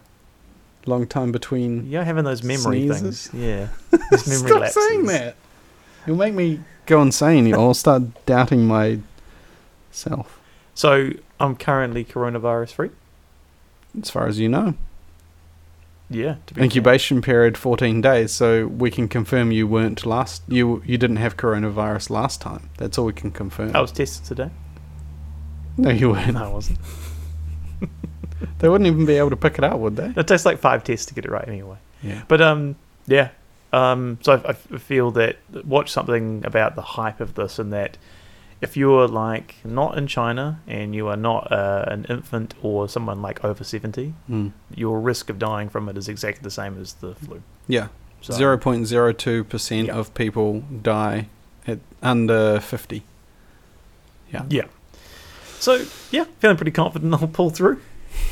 [SPEAKER 2] Long time between.
[SPEAKER 3] You're having those memory
[SPEAKER 2] Sneezes?
[SPEAKER 3] things. Yeah.
[SPEAKER 2] [LAUGHS]
[SPEAKER 3] Those memory
[SPEAKER 2] Stop
[SPEAKER 3] lapses.
[SPEAKER 2] saying that. You'll make me go insane. I'll start doubting myself.
[SPEAKER 3] So I'm currently coronavirus free.
[SPEAKER 2] As far as you know.
[SPEAKER 3] Yeah. To be
[SPEAKER 2] incubation period 14 days so we can confirm you weren't last you you didn't have coronavirus last time that's all we can confirm
[SPEAKER 3] fair. I was tested today. [LAUGHS]
[SPEAKER 2] no you weren't
[SPEAKER 3] Oh. No, I wasn't.
[SPEAKER 2] they wouldn't even be able to pick it up would they
[SPEAKER 3] It takes like five tests to get it right anyway.
[SPEAKER 2] yeah
[SPEAKER 3] But um, yeah. Um, so I, I feel that watch something about the hype of this and that if you're like not in China and you are not uh, an infant or someone like over seventy,
[SPEAKER 2] Mm.
[SPEAKER 3] your risk of dying from it is exactly the same as the flu.
[SPEAKER 2] yeah
[SPEAKER 3] So,
[SPEAKER 2] 0.02%
[SPEAKER 3] Yeah.
[SPEAKER 2] of people die at under 50 yeah
[SPEAKER 3] Yeah. So yeah, feeling pretty confident I'll pull through.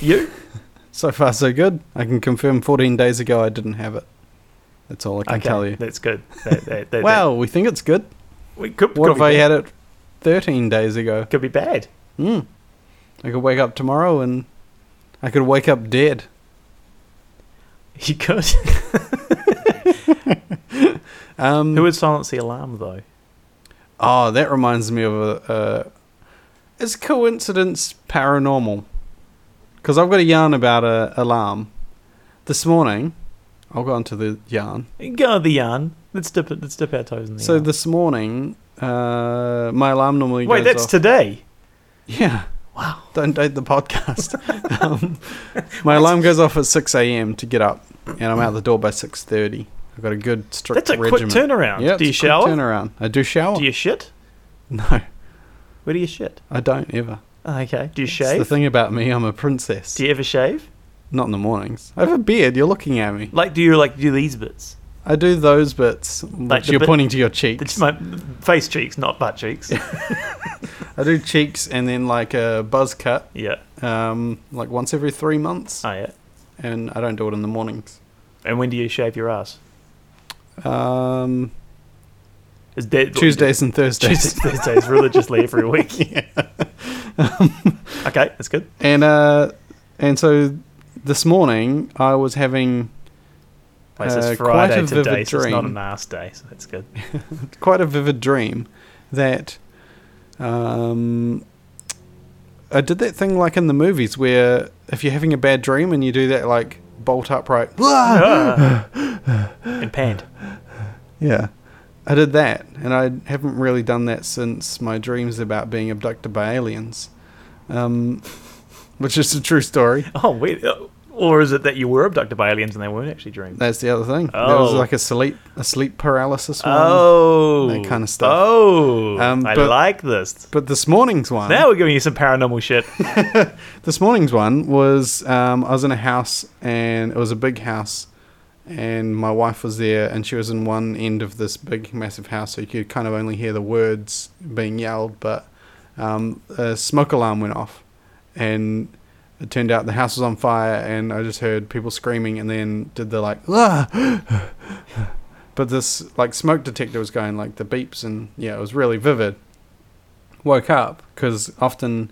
[SPEAKER 3] You?
[SPEAKER 2] so far so good i can confirm 14 days ago i didn't have it that's all i can
[SPEAKER 3] Okay,
[SPEAKER 2] tell you
[SPEAKER 3] That's good. That, that, that,
[SPEAKER 2] well we think it's good
[SPEAKER 3] that- we could,
[SPEAKER 2] what
[SPEAKER 3] could
[SPEAKER 2] if
[SPEAKER 3] be
[SPEAKER 2] i
[SPEAKER 3] bad.
[SPEAKER 2] had it 13 days ago
[SPEAKER 3] Could be bad. [LAUGHS]
[SPEAKER 2] Mm. I could wake up tomorrow and I could wake up dead. [LAUGHS]
[SPEAKER 3] You could.
[SPEAKER 2] Um,
[SPEAKER 3] Who would silence the alarm though?
[SPEAKER 2] oh, Um, that reminds me of a. Uh, is coincidence paranormal? Because I've got a yarn about a alarm. This morning, I'll go onto the yarn.
[SPEAKER 3] Go the yarn. Let's dip it. Let's dip our toes in the
[SPEAKER 2] So
[SPEAKER 3] yarn.
[SPEAKER 2] this morning, uh, my alarm normally
[SPEAKER 3] Wait,
[SPEAKER 2] goes
[SPEAKER 3] that's
[SPEAKER 2] off.
[SPEAKER 3] today.
[SPEAKER 2] [LAUGHS] yeah.
[SPEAKER 3] Wow.
[SPEAKER 2] Don't date the
[SPEAKER 3] [LAUGHS]
[SPEAKER 2] podcast. um, my alarm goes off at six a.m. to get up, and I'm out the door by six thirty. I've got a good strict
[SPEAKER 3] That's a quick
[SPEAKER 2] regimen.
[SPEAKER 3] turnaround.
[SPEAKER 2] Yeah,
[SPEAKER 3] Do
[SPEAKER 2] it's
[SPEAKER 3] you
[SPEAKER 2] a quick
[SPEAKER 3] shower?
[SPEAKER 2] turnaround. I do shower.
[SPEAKER 3] Do you shit?
[SPEAKER 2] [LAUGHS] No,
[SPEAKER 3] Where do you shit?
[SPEAKER 2] I don't ever.
[SPEAKER 3] Oh, okay. Do you
[SPEAKER 2] That's the
[SPEAKER 3] shave?
[SPEAKER 2] thing about me. I'm a princess.
[SPEAKER 3] Do you ever shave?
[SPEAKER 2] Not in the mornings. I have a beard. You're looking at me.
[SPEAKER 3] Like, do you like do these bits?
[SPEAKER 2] I do those bits. Like
[SPEAKER 3] the
[SPEAKER 2] you're
[SPEAKER 3] bit-
[SPEAKER 2] pointing to your cheeks.
[SPEAKER 3] It's my face cheeks, not
[SPEAKER 2] [LAUGHS]
[SPEAKER 3] butt cheeks.
[SPEAKER 2] I do cheeks and then like a buzz cut,
[SPEAKER 3] yeah.
[SPEAKER 2] um, like once every three months,
[SPEAKER 3] Oh yeah.
[SPEAKER 2] and I don't do it in the mornings.
[SPEAKER 3] And when do you shave your ass?
[SPEAKER 2] Um,
[SPEAKER 3] Is that [LAUGHS]
[SPEAKER 2] Tuesdays and Thursdays.
[SPEAKER 3] Tuesdays, Thursdays, religiously
[SPEAKER 2] [LAUGHS]
[SPEAKER 3] every week. [LAUGHS] okay, that's good.
[SPEAKER 2] And uh, and so this morning I was having
[SPEAKER 3] Wait, so
[SPEAKER 2] Uh,
[SPEAKER 3] it's
[SPEAKER 2] quite
[SPEAKER 3] Friday
[SPEAKER 2] a
[SPEAKER 3] today,
[SPEAKER 2] vivid
[SPEAKER 3] so it's not
[SPEAKER 2] dream.
[SPEAKER 3] an ass day, so that's good.
[SPEAKER 2] quite a vivid dream that um, I did that thing like in the movies where if you're having a bad dream and you do that like bolt upright, [LAUGHS]
[SPEAKER 3] and panned.
[SPEAKER 2] yeah, I did that, and I haven't really done that since my dreams about being abducted by aliens, um, which is a true story.
[SPEAKER 3] Oh, wait. uh, Or is it that you were abducted by aliens and they weren't actually dreams?
[SPEAKER 2] That's the other thing. There was
[SPEAKER 3] Oh.
[SPEAKER 2] like a sleep a sleep paralysis one.
[SPEAKER 3] Oh,
[SPEAKER 2] that kind of stuff.
[SPEAKER 3] Oh,
[SPEAKER 2] Um,
[SPEAKER 3] I
[SPEAKER 2] but-
[SPEAKER 3] like this.
[SPEAKER 2] But this morning's one.
[SPEAKER 3] Now we're giving you some paranormal shit. [LAUGHS]
[SPEAKER 2] This morning's one was um, I was in a house and it was a big house, and my wife was there and she was in one end of this big massive house, so you could kind of only hear the words being yelled. But um, a smoke alarm went off, and it turned out the house was on fire, and I just heard people screaming, and then did the like, [LAUGHS] "Ah!" but this like smoke detector was going like the beeps, and yeah, it was really vivid. Woke up because often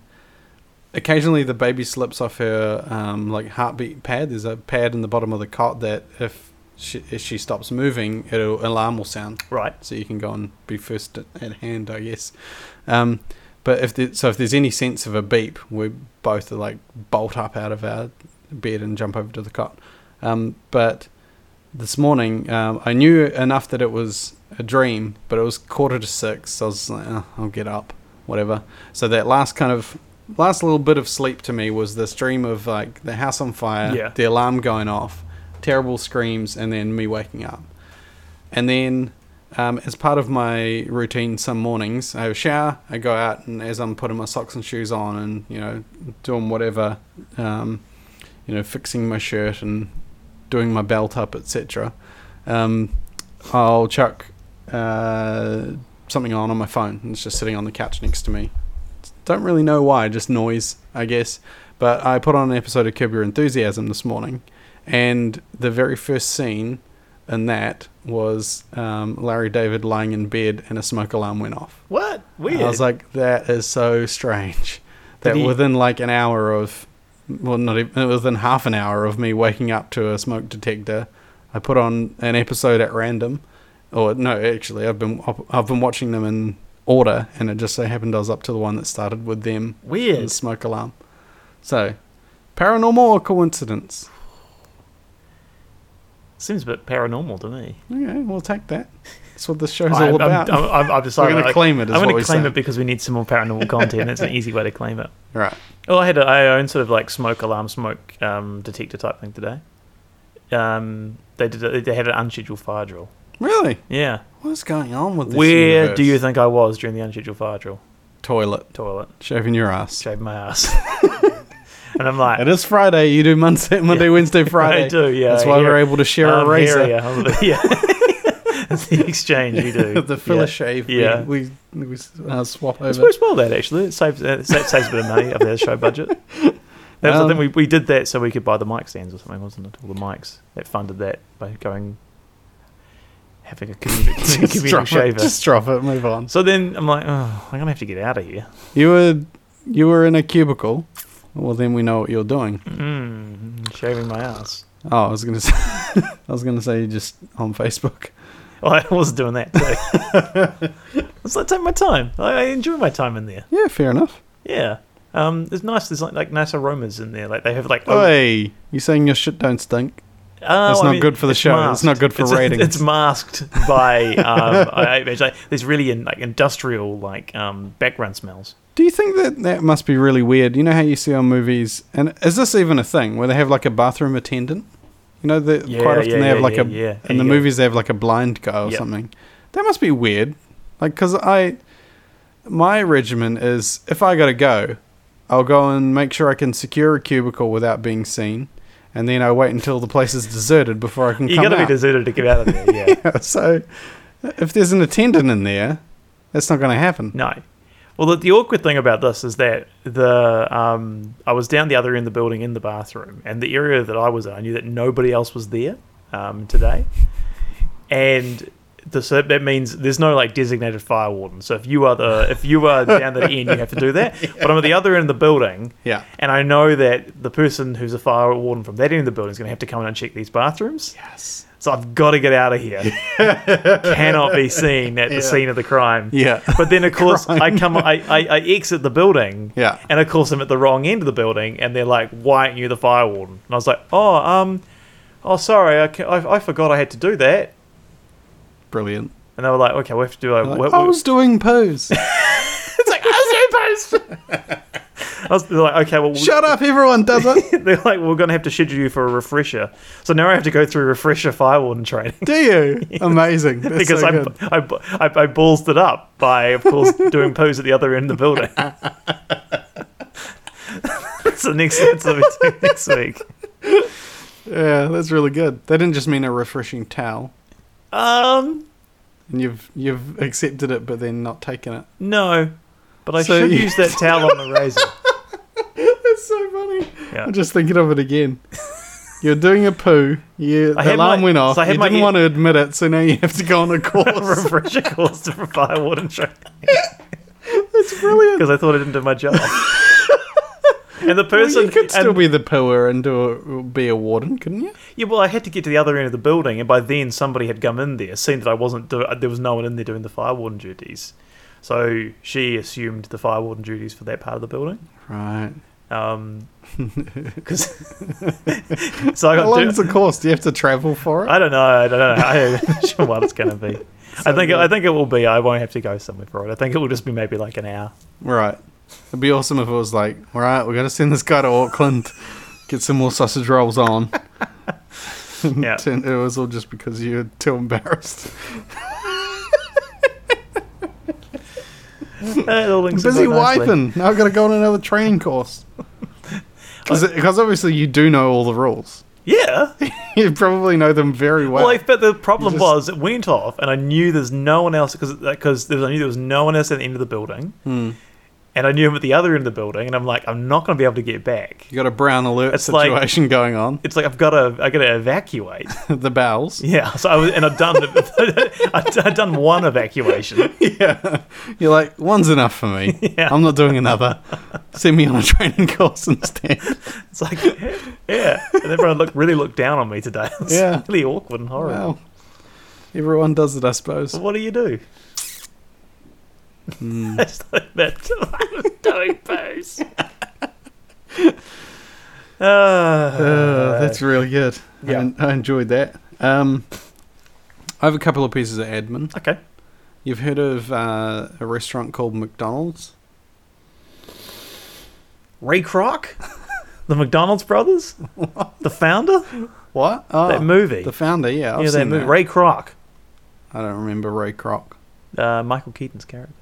[SPEAKER 2] occasionally the baby slips off her um, like heartbeat pad. There's a pad in the bottom of the cot that if she, if she stops moving, it'll alarm will sound
[SPEAKER 3] right.
[SPEAKER 2] so you can go and be first at- at hand, I guess. Um, but if there, so, if there's any sense of a beep, we both are like bolt up out of our bed and jump over to the cot. Um, but this morning, um, I knew enough that it was a dream, but it was quarter to six. So I was like, oh, I'll get up, whatever. So that last kind of last little bit of sleep to me was this dream of like the house on fire,
[SPEAKER 3] Yeah.
[SPEAKER 2] the alarm going off, terrible screams, and then me waking up. And then, um, as part of my routine, some mornings I have a shower. I go out, and as I'm putting my socks and shoes on, and you know, doing whatever, um, you know, fixing my shirt and doing my belt up, etc. Um, I'll chuck uh, something on on my phone. and It's just sitting on the couch next to me. Don't really know why, just noise, I guess. But I put on an episode of Curb Your Enthusiasm this morning, and the very first scene in that was um, Larry David lying in bed, and a smoke alarm went off.
[SPEAKER 3] What? Weird.
[SPEAKER 2] I was like, that is so strange. That
[SPEAKER 3] Did he-
[SPEAKER 2] within like an hour of, well, not even within half an hour of me waking up to a smoke detector, I put on an episode at random, or no, actually, I've been I've been watching them in order, and it just so happened I was up to the one that started with them.
[SPEAKER 3] Weird.
[SPEAKER 2] and The smoke alarm. So, paranormal or coincidence?
[SPEAKER 3] Seems a bit paranormal to me.
[SPEAKER 2] Okay, we'll take that. That's what this show's
[SPEAKER 3] I'm-
[SPEAKER 2] all
[SPEAKER 3] I'm-
[SPEAKER 2] about.
[SPEAKER 3] I'm, I'm, I'm deciding,
[SPEAKER 2] gonna
[SPEAKER 3] like,
[SPEAKER 2] claim it, is
[SPEAKER 3] I'm
[SPEAKER 2] what
[SPEAKER 3] going
[SPEAKER 2] we're
[SPEAKER 3] to claim
[SPEAKER 2] saying.
[SPEAKER 3] it because we need some more paranormal content. It's an easy way to claim it.
[SPEAKER 2] right.
[SPEAKER 3] Oh, I had a, I own sort of like smoke alarm, smoke um, detector type thing today. Um, they did a, they had an unscheduled fire drill.
[SPEAKER 2] Really?
[SPEAKER 3] Yeah.
[SPEAKER 2] What's going on with this?
[SPEAKER 3] Where
[SPEAKER 2] universe?
[SPEAKER 3] do you think I was during the unscheduled fire drill?
[SPEAKER 2] toilet
[SPEAKER 3] Toilet,
[SPEAKER 2] shaving your ass?
[SPEAKER 3] shaving my
[SPEAKER 2] [LAUGHS]
[SPEAKER 3] ass, and I'm like,
[SPEAKER 2] It is Friday. You do Monday, Monday, Wednesday, Friday.
[SPEAKER 3] [LAUGHS] I do, yeah.
[SPEAKER 2] That's why
[SPEAKER 3] Here-
[SPEAKER 2] we're able to share
[SPEAKER 3] um,
[SPEAKER 2] a [LAUGHS] razor.
[SPEAKER 3] here, [LAUGHS] yeah. yeah. That's the exchange you do.
[SPEAKER 2] [LAUGHS] the filler
[SPEAKER 3] yeah.
[SPEAKER 2] shave.
[SPEAKER 3] Yeah.
[SPEAKER 2] we we, we uh, swap
[SPEAKER 3] It's
[SPEAKER 2] over.
[SPEAKER 3] [LAUGHS] works well that actually. It saves, uh, sa- saves a bit of money of the
[SPEAKER 2] [LAUGHS]
[SPEAKER 3] show budget. That was
[SPEAKER 2] Um,
[SPEAKER 3] the thing we, we did that so we could buy the mic stands or something, wasn't it? All the mics that funded that by going having
[SPEAKER 2] [LAUGHS]
[SPEAKER 3] a [LAUGHS] community,
[SPEAKER 2] Just
[SPEAKER 3] community
[SPEAKER 2] drop, it,
[SPEAKER 3] shaver.
[SPEAKER 2] just drop it. Move on.
[SPEAKER 3] So then I'm like, oh, I'm gonna have to get out of here.
[SPEAKER 2] You were you were in a cubicle. Well, then we know what you're doing.
[SPEAKER 3] Mm, shaving my ass.
[SPEAKER 2] Oh, I was gonna [LAUGHS] say. I was gonna say just on Facebook.
[SPEAKER 3] Oh, [LAUGHS] I was doing that too.
[SPEAKER 2] [LAUGHS]
[SPEAKER 3] It's like take my time. I, I enjoy my time in there.
[SPEAKER 2] Yeah, fair enough.
[SPEAKER 3] Yeah. Um, it's nice. There's like, like nice aromas in there. Like they have like oak-
[SPEAKER 2] Hey, you saying your shit don't stink?
[SPEAKER 3] Oh,
[SPEAKER 2] That's not good for the show. It's not good for
[SPEAKER 3] It's-
[SPEAKER 2] ratings.
[SPEAKER 3] It's masked
[SPEAKER 2] [LAUGHS]
[SPEAKER 3] by um, I, I imagine, like, there's really in, like industrial like um, background smells.
[SPEAKER 2] Do you think that that must be really weird? You know how you see on movies, and is this even a thing where they have like a bathroom attendant? You know, the,
[SPEAKER 3] Yeah,
[SPEAKER 2] quite often
[SPEAKER 3] yeah,
[SPEAKER 2] they have
[SPEAKER 3] yeah,
[SPEAKER 2] like
[SPEAKER 3] yeah,
[SPEAKER 2] a
[SPEAKER 3] yeah.
[SPEAKER 2] in the
[SPEAKER 3] Yeah.
[SPEAKER 2] movies they have like a blind guy or
[SPEAKER 3] Yep.
[SPEAKER 2] something. That must be weird. Like, cause I my regimen is if I gotta go, I'll go and make sure I can secure a cubicle without being seen, and then I wait until the place is deserted before I can
[SPEAKER 3] You
[SPEAKER 2] come
[SPEAKER 3] gotta
[SPEAKER 2] out.
[SPEAKER 3] be deserted to get out of there. Yeah.
[SPEAKER 2] [LAUGHS] so if there's an attendant in there, that's not gonna happen.
[SPEAKER 3] No. Well, the, the awkward thing about this is that the um, I was down the other end of the building in the bathroom, and the area that I was in, I knew that nobody else was there um, today, and the, so that means there's no like designated fire warden. So if you are the if
[SPEAKER 2] [LAUGHS]
[SPEAKER 3] you are down the end, you have to do that. But I'm at the other end of the building,
[SPEAKER 2] Yeah.
[SPEAKER 3] and I know that the person who's a fire warden from that end of the building is going to have to come in and check these bathrooms.
[SPEAKER 2] Yes.
[SPEAKER 3] So I've got to get out of here.
[SPEAKER 2] [LAUGHS]
[SPEAKER 3] Cannot be seen at the
[SPEAKER 2] Yeah.
[SPEAKER 3] scene of the crime.
[SPEAKER 2] Yeah.
[SPEAKER 3] But then of course
[SPEAKER 2] Crime.
[SPEAKER 3] I come I, I, I exit the building.
[SPEAKER 2] Yeah.
[SPEAKER 3] And of course I'm at the wrong end of the building and they're like, Why aren't you the fire warden? And I was like, Oh, um oh sorry, I, ca- I, I forgot I had to do that.
[SPEAKER 2] [LAUGHS] Brilliant.
[SPEAKER 3] And they were like, Okay, we have to do a
[SPEAKER 2] Like, "Oh,
[SPEAKER 3] we- we-
[SPEAKER 2] I was doing pose.
[SPEAKER 3] [LAUGHS] It's like I was doing post I was they're like, Okay, well we-
[SPEAKER 2] Shut up, everyone does it.
[SPEAKER 3] [LAUGHS] they're like, We're gonna have to schedule you for a refresher. So now I have to go through refresher fire warden training. [LAUGHS]
[SPEAKER 2] Do you? Amazing. That's
[SPEAKER 3] because
[SPEAKER 2] so
[SPEAKER 3] I,
[SPEAKER 2] good.
[SPEAKER 3] I, I, I ballsed it up by,
[SPEAKER 2] [LAUGHS]
[SPEAKER 3] of course, doing pose at the other end of the building. [LAUGHS] that's the next. That's what we do next week.
[SPEAKER 2] [LAUGHS] Yeah, that's really good. That didn't just mean a refreshing towel,
[SPEAKER 3] Um,
[SPEAKER 2] and you've you've accepted it, but then not taken it.
[SPEAKER 3] no, but I
[SPEAKER 2] So
[SPEAKER 3] should
[SPEAKER 2] you-
[SPEAKER 3] use that towel on
[SPEAKER 2] [LAUGHS]
[SPEAKER 3] the razor.
[SPEAKER 2] That's so funny.
[SPEAKER 3] Yeah.
[SPEAKER 2] I'm just thinking of it again. You're doing a poo. You, the
[SPEAKER 3] I had
[SPEAKER 2] alarm
[SPEAKER 3] my-
[SPEAKER 2] went off.
[SPEAKER 3] so I had
[SPEAKER 2] you
[SPEAKER 3] my
[SPEAKER 2] didn't
[SPEAKER 3] ear-
[SPEAKER 2] want to admit it, so now you have to
[SPEAKER 3] [LAUGHS]
[SPEAKER 2] go on a course.
[SPEAKER 3] Refresher course to provide water training
[SPEAKER 2] it's brilliant.
[SPEAKER 3] [LAUGHS] because I thought I didn't do
[SPEAKER 2] [LAUGHS]
[SPEAKER 3] my job. And the
[SPEAKER 2] Well,
[SPEAKER 3] person
[SPEAKER 2] you could still
[SPEAKER 3] and-
[SPEAKER 2] be the pooer and do a, be a warden, couldn't you?
[SPEAKER 3] Yeah, well, I had to get to the other end of the building, and by then somebody had come in there, seen that I wasn't. Do- uh, there was no one in there doing the fire warden duties, so she assumed the fire warden duties for that part of the building.
[SPEAKER 2] Right. [LAUGHS]
[SPEAKER 3] Um, 'cause- [LAUGHS] so I
[SPEAKER 2] How
[SPEAKER 3] got.
[SPEAKER 2] long's
[SPEAKER 3] Do-
[SPEAKER 2] the course? Do you have to travel for it?
[SPEAKER 3] I don't know. I don't know. I'm
[SPEAKER 2] [LAUGHS]
[SPEAKER 3] not [LAUGHS] sure what it's going to be. I think.
[SPEAKER 2] good.
[SPEAKER 3] I think it will be. I won't have to go somewhere for it. I think it will just be maybe like
[SPEAKER 2] [LAUGHS]
[SPEAKER 3] an hour.
[SPEAKER 2] Right. It'd be awesome if it was like, all right, we're going to send this guy to Auckland, get some more sausage rolls
[SPEAKER 3] [LAUGHS]
[SPEAKER 2] on.
[SPEAKER 3] Yeah.
[SPEAKER 2] Ten- it was all just because you're too embarrassed.
[SPEAKER 3] It all links
[SPEAKER 2] Busy
[SPEAKER 3] up nicely.
[SPEAKER 2] wiping. Now I've got to go on another training
[SPEAKER 3] [LAUGHS]
[SPEAKER 2] course. Because obviously you do know all the rules. [LAUGHS]
[SPEAKER 3] Yeah.
[SPEAKER 2] You probably know them very well.
[SPEAKER 3] Well, I- but the problem
[SPEAKER 2] You just-
[SPEAKER 3] was it went off, and I knew there's no one else because because there was, I knew there was no one else at the end of the building,
[SPEAKER 2] Hmm.
[SPEAKER 3] and I knew him at the other end of the building, and I'm like, I'm not going to be able to get back.
[SPEAKER 2] you got a brown alert
[SPEAKER 3] It's like-
[SPEAKER 2] situation [LAUGHS] going on.
[SPEAKER 3] It's like I've got to I got
[SPEAKER 2] [LAUGHS]
[SPEAKER 3] to evacuate.
[SPEAKER 2] the bowels.
[SPEAKER 3] yeah, so I was, and I've done [LAUGHS] I've, I've done one evacuation.
[SPEAKER 2] Yeah. [LAUGHS] You're like, one's enough for me.
[SPEAKER 3] [LAUGHS] Yeah.
[SPEAKER 2] I'm not doing another. Send me on a training course
[SPEAKER 3] [LAUGHS]
[SPEAKER 2] instead.
[SPEAKER 3] It's like yeah, and everyone looked really looked down on me today. [LAUGHS] It was
[SPEAKER 2] Yeah.
[SPEAKER 3] really awkward and horrible.
[SPEAKER 2] Wow. Everyone does it, I suppose.
[SPEAKER 3] What do you do?
[SPEAKER 2] Hmm.
[SPEAKER 3] [LAUGHS] That's like that. [LAUGHS] I was doing pose.
[SPEAKER 2] [LAUGHS]
[SPEAKER 3] Uh,
[SPEAKER 2] Uh, that's really good.
[SPEAKER 3] yeah.
[SPEAKER 2] I, I enjoyed that. Um, I have a couple of pieces of admin.
[SPEAKER 3] okay.
[SPEAKER 2] You've heard of uh, a restaurant called McDonald's?
[SPEAKER 3] Ray Kroc, [LAUGHS] the McDonald's brothers, the founder,
[SPEAKER 2] What? Oh,
[SPEAKER 3] that movie.
[SPEAKER 2] The founder, yeah. I've
[SPEAKER 3] yeah, that
[SPEAKER 2] seen
[SPEAKER 3] movie.
[SPEAKER 2] that.
[SPEAKER 3] Ray Kroc,
[SPEAKER 2] I don't remember Ray Kroc.
[SPEAKER 3] uh, Michael Keaton's character.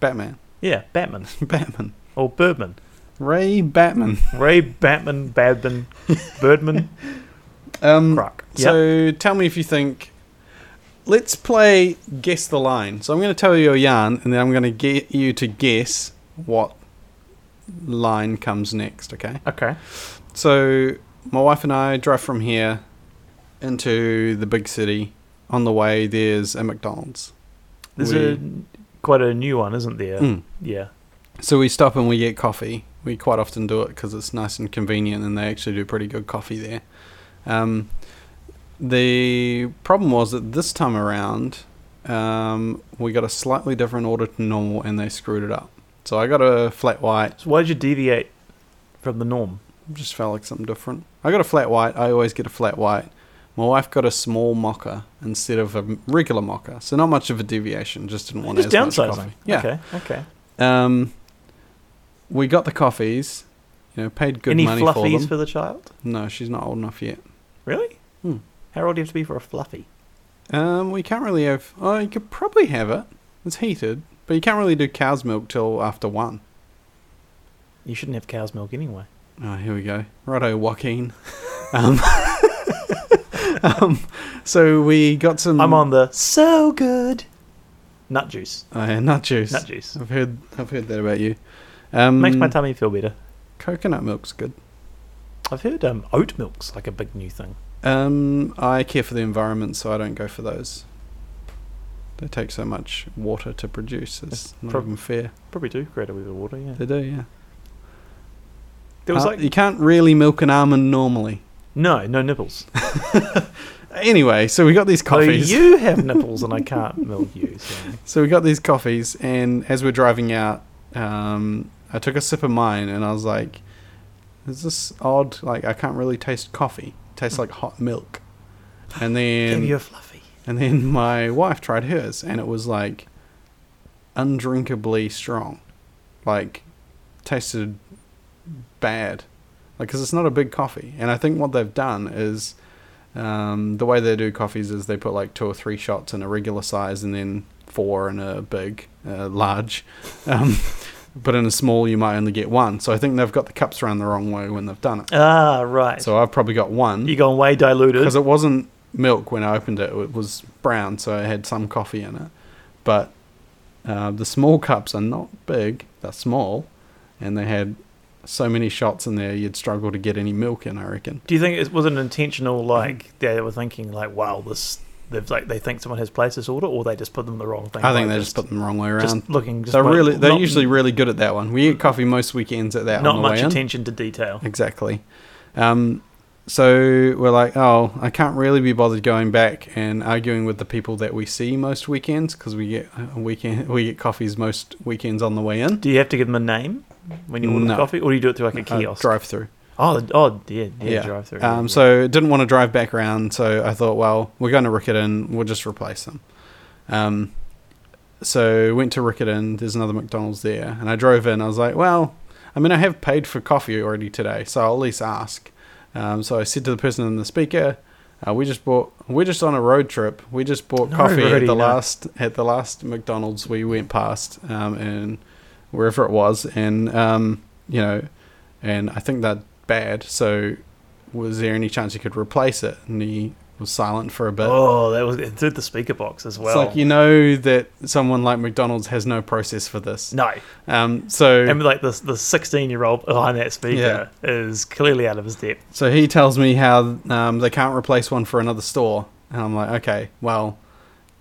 [SPEAKER 2] Batman. [LAUGHS]
[SPEAKER 3] Yeah, Batman
[SPEAKER 2] Batman. [LAUGHS]
[SPEAKER 3] or Birdman.
[SPEAKER 2] Ray
[SPEAKER 3] [LAUGHS]
[SPEAKER 2] Batman.
[SPEAKER 3] Ray Batman, Badman, Birdman,
[SPEAKER 2] [LAUGHS] Um,
[SPEAKER 3] Kroc. Yep.
[SPEAKER 2] So tell me if you think. Let's play Guess the Line. So I'm going to tell you a yarn, and then I'm going to get you to guess what line comes next, okay?
[SPEAKER 3] okay.
[SPEAKER 2] So my wife and I drive from here into the big city. On the way, there's a McDonald's.
[SPEAKER 3] There's
[SPEAKER 2] We-
[SPEAKER 3] a quite a new one, isn't there?
[SPEAKER 2] Mm.
[SPEAKER 3] Yeah.
[SPEAKER 2] So we stop and we get coffee. We quite often do it because it's nice and convenient, and they actually do pretty good coffee there. Um, the problem was that this time around, um, we got a slightly different order to normal, and they screwed it up. So I got a flat white.
[SPEAKER 3] So why did you deviate from the norm?
[SPEAKER 2] Just felt like something different. I got a flat white. I always get a flat white. My wife got a small mocha instead of a regular mocha, so not much of a deviation. Just didn't want
[SPEAKER 3] Just
[SPEAKER 2] as much
[SPEAKER 3] downsizing.
[SPEAKER 2] coffee. Yeah.
[SPEAKER 3] Okay. Okay.
[SPEAKER 2] Um, we got the coffees. You know, paid good
[SPEAKER 3] Any
[SPEAKER 2] money
[SPEAKER 3] fluffies
[SPEAKER 2] for
[SPEAKER 3] for,
[SPEAKER 2] them.
[SPEAKER 3] the child?
[SPEAKER 2] No, she's not old enough yet.
[SPEAKER 3] Really?
[SPEAKER 2] Hmm.
[SPEAKER 3] How old do you have to be for a fluffy?
[SPEAKER 2] Um, we can't really have. Oh, you could probably have it. It's heated, but you can't really do cow's milk till after one.
[SPEAKER 3] You shouldn't have cow's milk anyway.
[SPEAKER 2] Oh, here we go. Righto, Joaquin. [LAUGHS] um, um, so we got some.
[SPEAKER 3] I'm on the so good nut juice.
[SPEAKER 2] Oh, yeah, nut juice.
[SPEAKER 3] Nut juice
[SPEAKER 2] I've heard. I've heard that about you. Um,
[SPEAKER 3] makes my tummy feel better.
[SPEAKER 2] Coconut milk's good.
[SPEAKER 3] I've heard um, oat milk's like a big new thing.
[SPEAKER 2] Um, I care for the environment, so I don't go for those. They take so much water to produce. It's
[SPEAKER 3] It's
[SPEAKER 2] not
[SPEAKER 3] prob-
[SPEAKER 2] even fair.
[SPEAKER 3] Probably do create a wee bit of water. Yeah,
[SPEAKER 2] They do, yeah.
[SPEAKER 3] there was
[SPEAKER 2] Uh,
[SPEAKER 3] like
[SPEAKER 2] you can't really milk an almond normally.
[SPEAKER 3] no no nipples.
[SPEAKER 2] Anyway, so we got these
[SPEAKER 3] So
[SPEAKER 2] [LAUGHS] coffees.
[SPEAKER 3] [LAUGHS] you have nipples and I can't milk you. So.
[SPEAKER 2] So we got these coffees, and as we're driving out, um, I took a sip of mine, and I was like, "Is this odd? Like, I can't really taste coffee. It tastes like hot milk." And
[SPEAKER 3] Hmm. Give you
[SPEAKER 2] then,
[SPEAKER 3] a fluffy.
[SPEAKER 2] and then my wife tried hers, and it was like undrinkably strong. Like, tasted bad. Like, because it's not a big coffee, and I think what they've done is. Um, the way they do coffees is they put like two or three shots in a regular size and then four in a big, uh, large. Um, but in a small, you might only get one. So I think they've got the cups around the wrong way when they've done it.
[SPEAKER 3] Ah right.
[SPEAKER 2] So I've probably got
[SPEAKER 3] You're
[SPEAKER 2] one
[SPEAKER 3] going way diluted.
[SPEAKER 2] because it wasn't milk when I opened it. It was brown, so it had some coffee in it. But uh, the small cups are not big, they're small, and they had so many shots in there you'd struggle to get any milk in, I reckon.
[SPEAKER 3] Do you think it was an
[SPEAKER 2] Mm-hmm.
[SPEAKER 3] intentional like they were thinking like wow this they've like they think someone has place disorder or they just put them the wrong thing?
[SPEAKER 2] I think
[SPEAKER 3] by
[SPEAKER 2] they just put them the wrong way around.
[SPEAKER 3] just looking. Just
[SPEAKER 2] they're
[SPEAKER 3] mo-
[SPEAKER 2] really they're
[SPEAKER 3] not-
[SPEAKER 2] usually really good at that one. We eat coffee most weekends at that
[SPEAKER 3] not
[SPEAKER 2] on the
[SPEAKER 3] much
[SPEAKER 2] way in.
[SPEAKER 3] attention to detail.
[SPEAKER 2] Exactly. Um, so we're like, oh, I can't really be bothered going back and arguing with the people that we see most weekends because we get a weekend [LAUGHS] we get coffees most weekends on the way in. Uh,
[SPEAKER 3] Do you have to give them a name when you order
[SPEAKER 2] No.
[SPEAKER 3] the coffee, or do you do it through like a kiosk?
[SPEAKER 2] drive through.
[SPEAKER 3] Oh, the- oh, yeah, yeah,
[SPEAKER 2] yeah.
[SPEAKER 3] drive through.
[SPEAKER 2] Um, so didn't want to drive back around, so I thought, well, we're going to Rickerton, we'll just replace them. Um, so went to Rickerton. There's another McDonald's there, and I drove in. I was like, well, I mean, I have paid for coffee already today, so I'll at least ask. Um, so I said to the person in the speaker, uh, "We just bought. We're just on a road trip. We just bought
[SPEAKER 3] No,
[SPEAKER 2] coffee at
[SPEAKER 3] Rudy,
[SPEAKER 2] the
[SPEAKER 3] no.
[SPEAKER 2] last at the last McDonald's we went past, um, and wherever it was, and um, you know, and I think that bad. So was there any chance you could replace it?" And he was silent for a bit.
[SPEAKER 3] oh, that was it through the speaker box as well.
[SPEAKER 2] It's like you know that someone like McDonald's has no process for this.
[SPEAKER 3] no,
[SPEAKER 2] Um, so
[SPEAKER 3] and like the the sixteen year old behind that speaker is clearly out of his depth.
[SPEAKER 2] so he tells me how um, they can't replace one for another store, and I'm like, okay, well,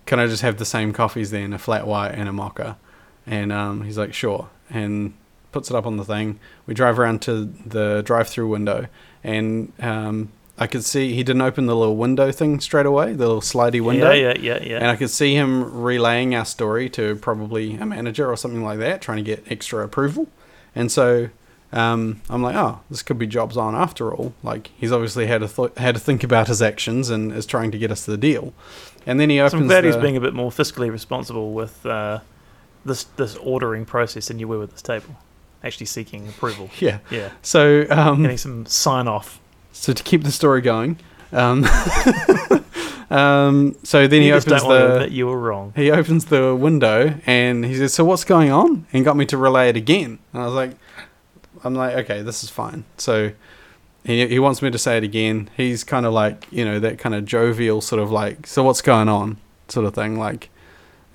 [SPEAKER 2] can I just have the same coffees then, a flat white and a mocha? And um, he's like, sure, and puts it up on the thing. We drive around to the drive-through window, and um, I could see he didn't open the little window thing straight away, the little slidey window.
[SPEAKER 3] Yeah, yeah, yeah, yeah.
[SPEAKER 2] And I could see him relaying our story to probably a manager or something like that, trying to get extra approval. And so um, I'm like, oh, this could be jobs on after all. Like he's obviously had to th- had to think about his actions and is trying to get us the deal. And then he opens.
[SPEAKER 3] so I'm glad
[SPEAKER 2] the,
[SPEAKER 3] he's being a bit more fiscally responsible with uh, this this ordering process than you were with this table, actually seeking approval.
[SPEAKER 2] [LAUGHS] yeah.
[SPEAKER 3] Yeah,
[SPEAKER 2] So um,
[SPEAKER 3] getting some sign off.
[SPEAKER 2] so to keep the story going, um, [LAUGHS] um, so then he
[SPEAKER 3] you just
[SPEAKER 2] opens
[SPEAKER 3] don't want to
[SPEAKER 2] the
[SPEAKER 3] admit you were wrong.
[SPEAKER 2] he opens the window and he says, "So what's going on?" and got me to relay it again. And I was like, "I'm like, okay, this is fine." So he he wants me to say it again. He's kind of like you know that kind of jovial sort of like, "So what's going on?" sort of thing, like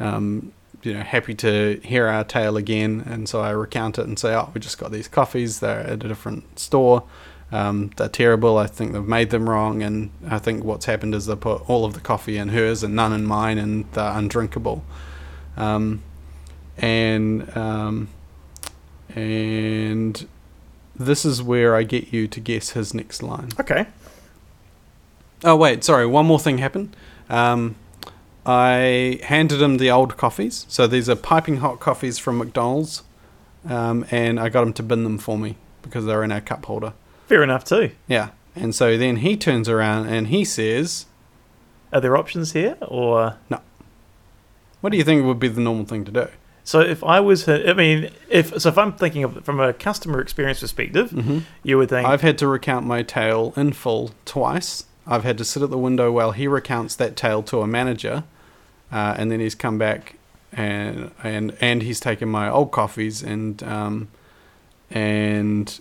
[SPEAKER 2] um, you know, happy to hear our tale again. And so I recount it and say, oh, we just got these coffees. They're at a different store. Um, they're terrible. I think they've made them wrong. And I think what's happened is they put all of the coffee in hers and none in mine, and they're undrinkable. Um, and um, and this is where I get you to guess his next line.
[SPEAKER 3] Okay.
[SPEAKER 2] Oh wait, sorry. One more thing happened. Um, I handed him the old coffees. So these are piping hot coffees from McDonald's, um, and I got him to bin them for me because they're in our cup holder.
[SPEAKER 3] Fair enough too.
[SPEAKER 2] Yeah. And so then he turns around and he says,
[SPEAKER 3] Are there options here, or
[SPEAKER 2] "What do you think would be the normal thing to do?"
[SPEAKER 3] so? If I was, I mean, if so, if I'm thinking of from a
[SPEAKER 2] Mm-hmm.
[SPEAKER 3] customer experience perspective, you would think
[SPEAKER 2] I've had to recount my tale in full twice. I've had to sit at the window while he recounts that tale to a manager, uh, and then he's come back and and and he's taken my old coffees and um, and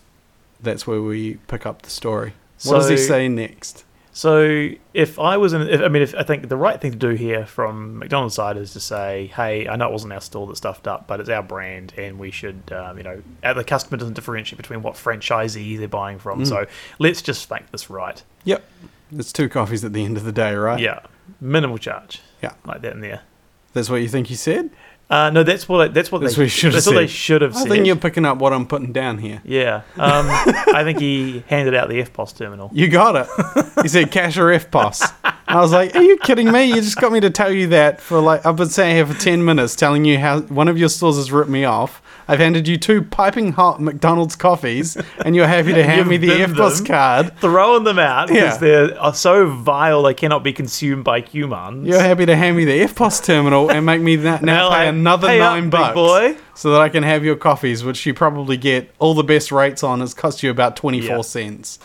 [SPEAKER 2] that's where we pick up the story. what does he
[SPEAKER 3] So-
[SPEAKER 2] say next?
[SPEAKER 3] So if I was in, if, I mean, if I think the right thing to do here from McDonald's side is to say, hey, I know it wasn't our store that stuffed up, but it's our brand, and we should, um, you know, uh, the customer doesn't differentiate between what franchisee they're buying from,
[SPEAKER 2] Mm.
[SPEAKER 3] so let's just make this right.
[SPEAKER 2] Yep, it's two coffees at the end of the day, right?
[SPEAKER 3] Yeah, minimal charge,
[SPEAKER 2] yeah.
[SPEAKER 3] like that in there.
[SPEAKER 2] That's what you think he said.
[SPEAKER 3] Uh, no, that's what I, that's what
[SPEAKER 2] That's
[SPEAKER 3] they
[SPEAKER 2] what you should have
[SPEAKER 3] that's what they
[SPEAKER 2] said.
[SPEAKER 3] should have
[SPEAKER 2] I
[SPEAKER 3] said.
[SPEAKER 2] think you're picking up what I'm putting down here.
[SPEAKER 3] yeah, um, I
[SPEAKER 2] [LAUGHS]
[SPEAKER 3] think he handed out the FPOS terminal.
[SPEAKER 2] You got it. He said cash or FPOS. I was like, are you kidding me? You just got me to tell you that for like, I've been sitting here for 10 minutes telling you how one of your stores has ripped me off. I've handed you two piping hot McDonald's coffees and you're happy
[SPEAKER 3] [LAUGHS]
[SPEAKER 2] to hand me the
[SPEAKER 3] You've binned
[SPEAKER 2] FPOS
[SPEAKER 3] them.
[SPEAKER 2] card.
[SPEAKER 3] Throwing them out because
[SPEAKER 2] Yeah.
[SPEAKER 3] they're uh, so vile they cannot be consumed by humans.
[SPEAKER 2] You're happy to hand me the FPOS terminal and make me that now
[SPEAKER 3] Now
[SPEAKER 2] pay
[SPEAKER 3] I-
[SPEAKER 2] another
[SPEAKER 3] pay up,
[SPEAKER 2] nine
[SPEAKER 3] big
[SPEAKER 2] bucks
[SPEAKER 3] boy.
[SPEAKER 2] so that I can have your coffees, which you probably get all the best rates on. It's cost you about 24
[SPEAKER 3] Yeah.
[SPEAKER 2] cents.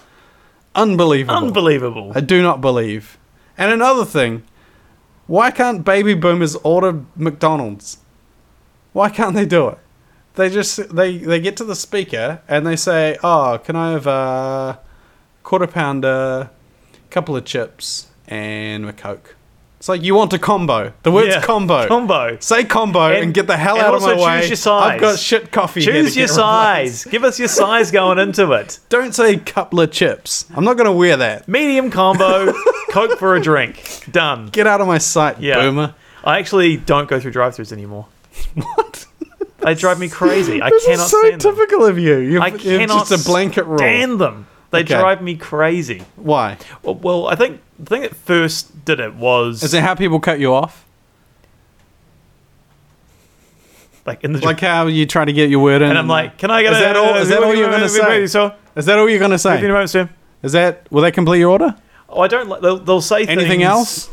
[SPEAKER 2] Unbelievable.
[SPEAKER 3] Unbelievable.
[SPEAKER 2] I do not believe. And another thing, why can't baby boomers order McDonald's? Why can't they do it? They just they they get to the speaker and they say, "Oh, can I have a quarter pounder, couple of chips, and a coke?" It's like you want a combo. The word's
[SPEAKER 3] Yeah,
[SPEAKER 2] combo.
[SPEAKER 3] combo.
[SPEAKER 2] Say combo and,
[SPEAKER 3] And-
[SPEAKER 2] get the hell
[SPEAKER 3] and
[SPEAKER 2] out of my
[SPEAKER 3] also
[SPEAKER 2] way.
[SPEAKER 3] choose your size.
[SPEAKER 2] I've got shit coffee. here to
[SPEAKER 3] Choose your
[SPEAKER 2] get [LAUGHS] replaced.
[SPEAKER 3] size. Give us your size going into it.
[SPEAKER 2] Don't say couple of chips. I'm not gonna wear that.
[SPEAKER 3] Medium combo, Coke for a drink. Done.
[SPEAKER 2] Get out of my sight,
[SPEAKER 3] Yeah.
[SPEAKER 2] boomer.
[SPEAKER 3] I actually don't go through drive-throughs anymore.
[SPEAKER 2] What?
[SPEAKER 3] They drive me crazy. I
[SPEAKER 2] This
[SPEAKER 3] cannot
[SPEAKER 2] is so
[SPEAKER 3] stand them.
[SPEAKER 2] typical of you. You've,
[SPEAKER 3] I
[SPEAKER 2] you've
[SPEAKER 3] cannot
[SPEAKER 2] just a blanket rule.
[SPEAKER 3] stand them. They
[SPEAKER 2] Okay.
[SPEAKER 3] drive me crazy.
[SPEAKER 2] Why?
[SPEAKER 3] Well, well, I think the thing that first did it was
[SPEAKER 2] Is it how people cut you off?
[SPEAKER 3] like in the
[SPEAKER 2] Like how you try to get your word in, uh,
[SPEAKER 3] and I'm like, can I get
[SPEAKER 2] Is
[SPEAKER 3] a,
[SPEAKER 2] that all- is that all you're gonna say?
[SPEAKER 3] So,
[SPEAKER 2] is that all you're gonna say? Is that will they complete your order?
[SPEAKER 3] Oh, I don't like. They'll, they'll say
[SPEAKER 2] Anything
[SPEAKER 3] things-
[SPEAKER 2] else?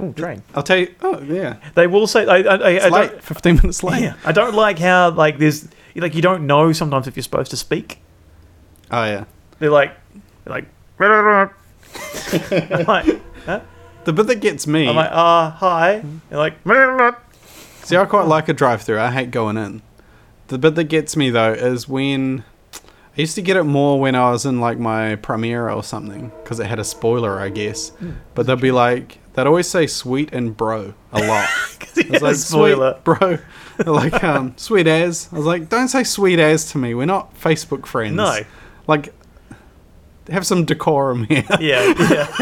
[SPEAKER 3] Oh, drain.
[SPEAKER 2] I'll tell you. Oh yeah,
[SPEAKER 3] They will say. I, I, I, I
[SPEAKER 2] it's
[SPEAKER 3] Uh, don't,
[SPEAKER 2] late. Fifteen minutes late.
[SPEAKER 3] Yeah, I don't like how like there's like you don't know sometimes if you're supposed to speak.
[SPEAKER 2] Oh yeah.
[SPEAKER 3] They're like, they're like, [LAUGHS] I'm like, huh?
[SPEAKER 2] The bit that gets me.
[SPEAKER 3] I'm like, uh, hi. They're like, [LAUGHS]
[SPEAKER 2] See, I quite like a drive-through. I hate going in. The bit that gets me though is when I used to get it more when I was in like my Primera or something because it had a spoiler, I guess.
[SPEAKER 3] Hmm.
[SPEAKER 2] But they'd be like, they'd always say "sweet" and "bro" a
[SPEAKER 3] [LAUGHS]
[SPEAKER 2] lot. I was like,
[SPEAKER 3] spoiler.
[SPEAKER 2] "Sweet, bro. They're like, um, [LAUGHS] sweet as. I was like, don't say sweet as to me. We're not Facebook friends.
[SPEAKER 3] No.
[SPEAKER 2] Like, have some decorum
[SPEAKER 3] [LAUGHS]
[SPEAKER 2] here.
[SPEAKER 3] Yeah, yeah.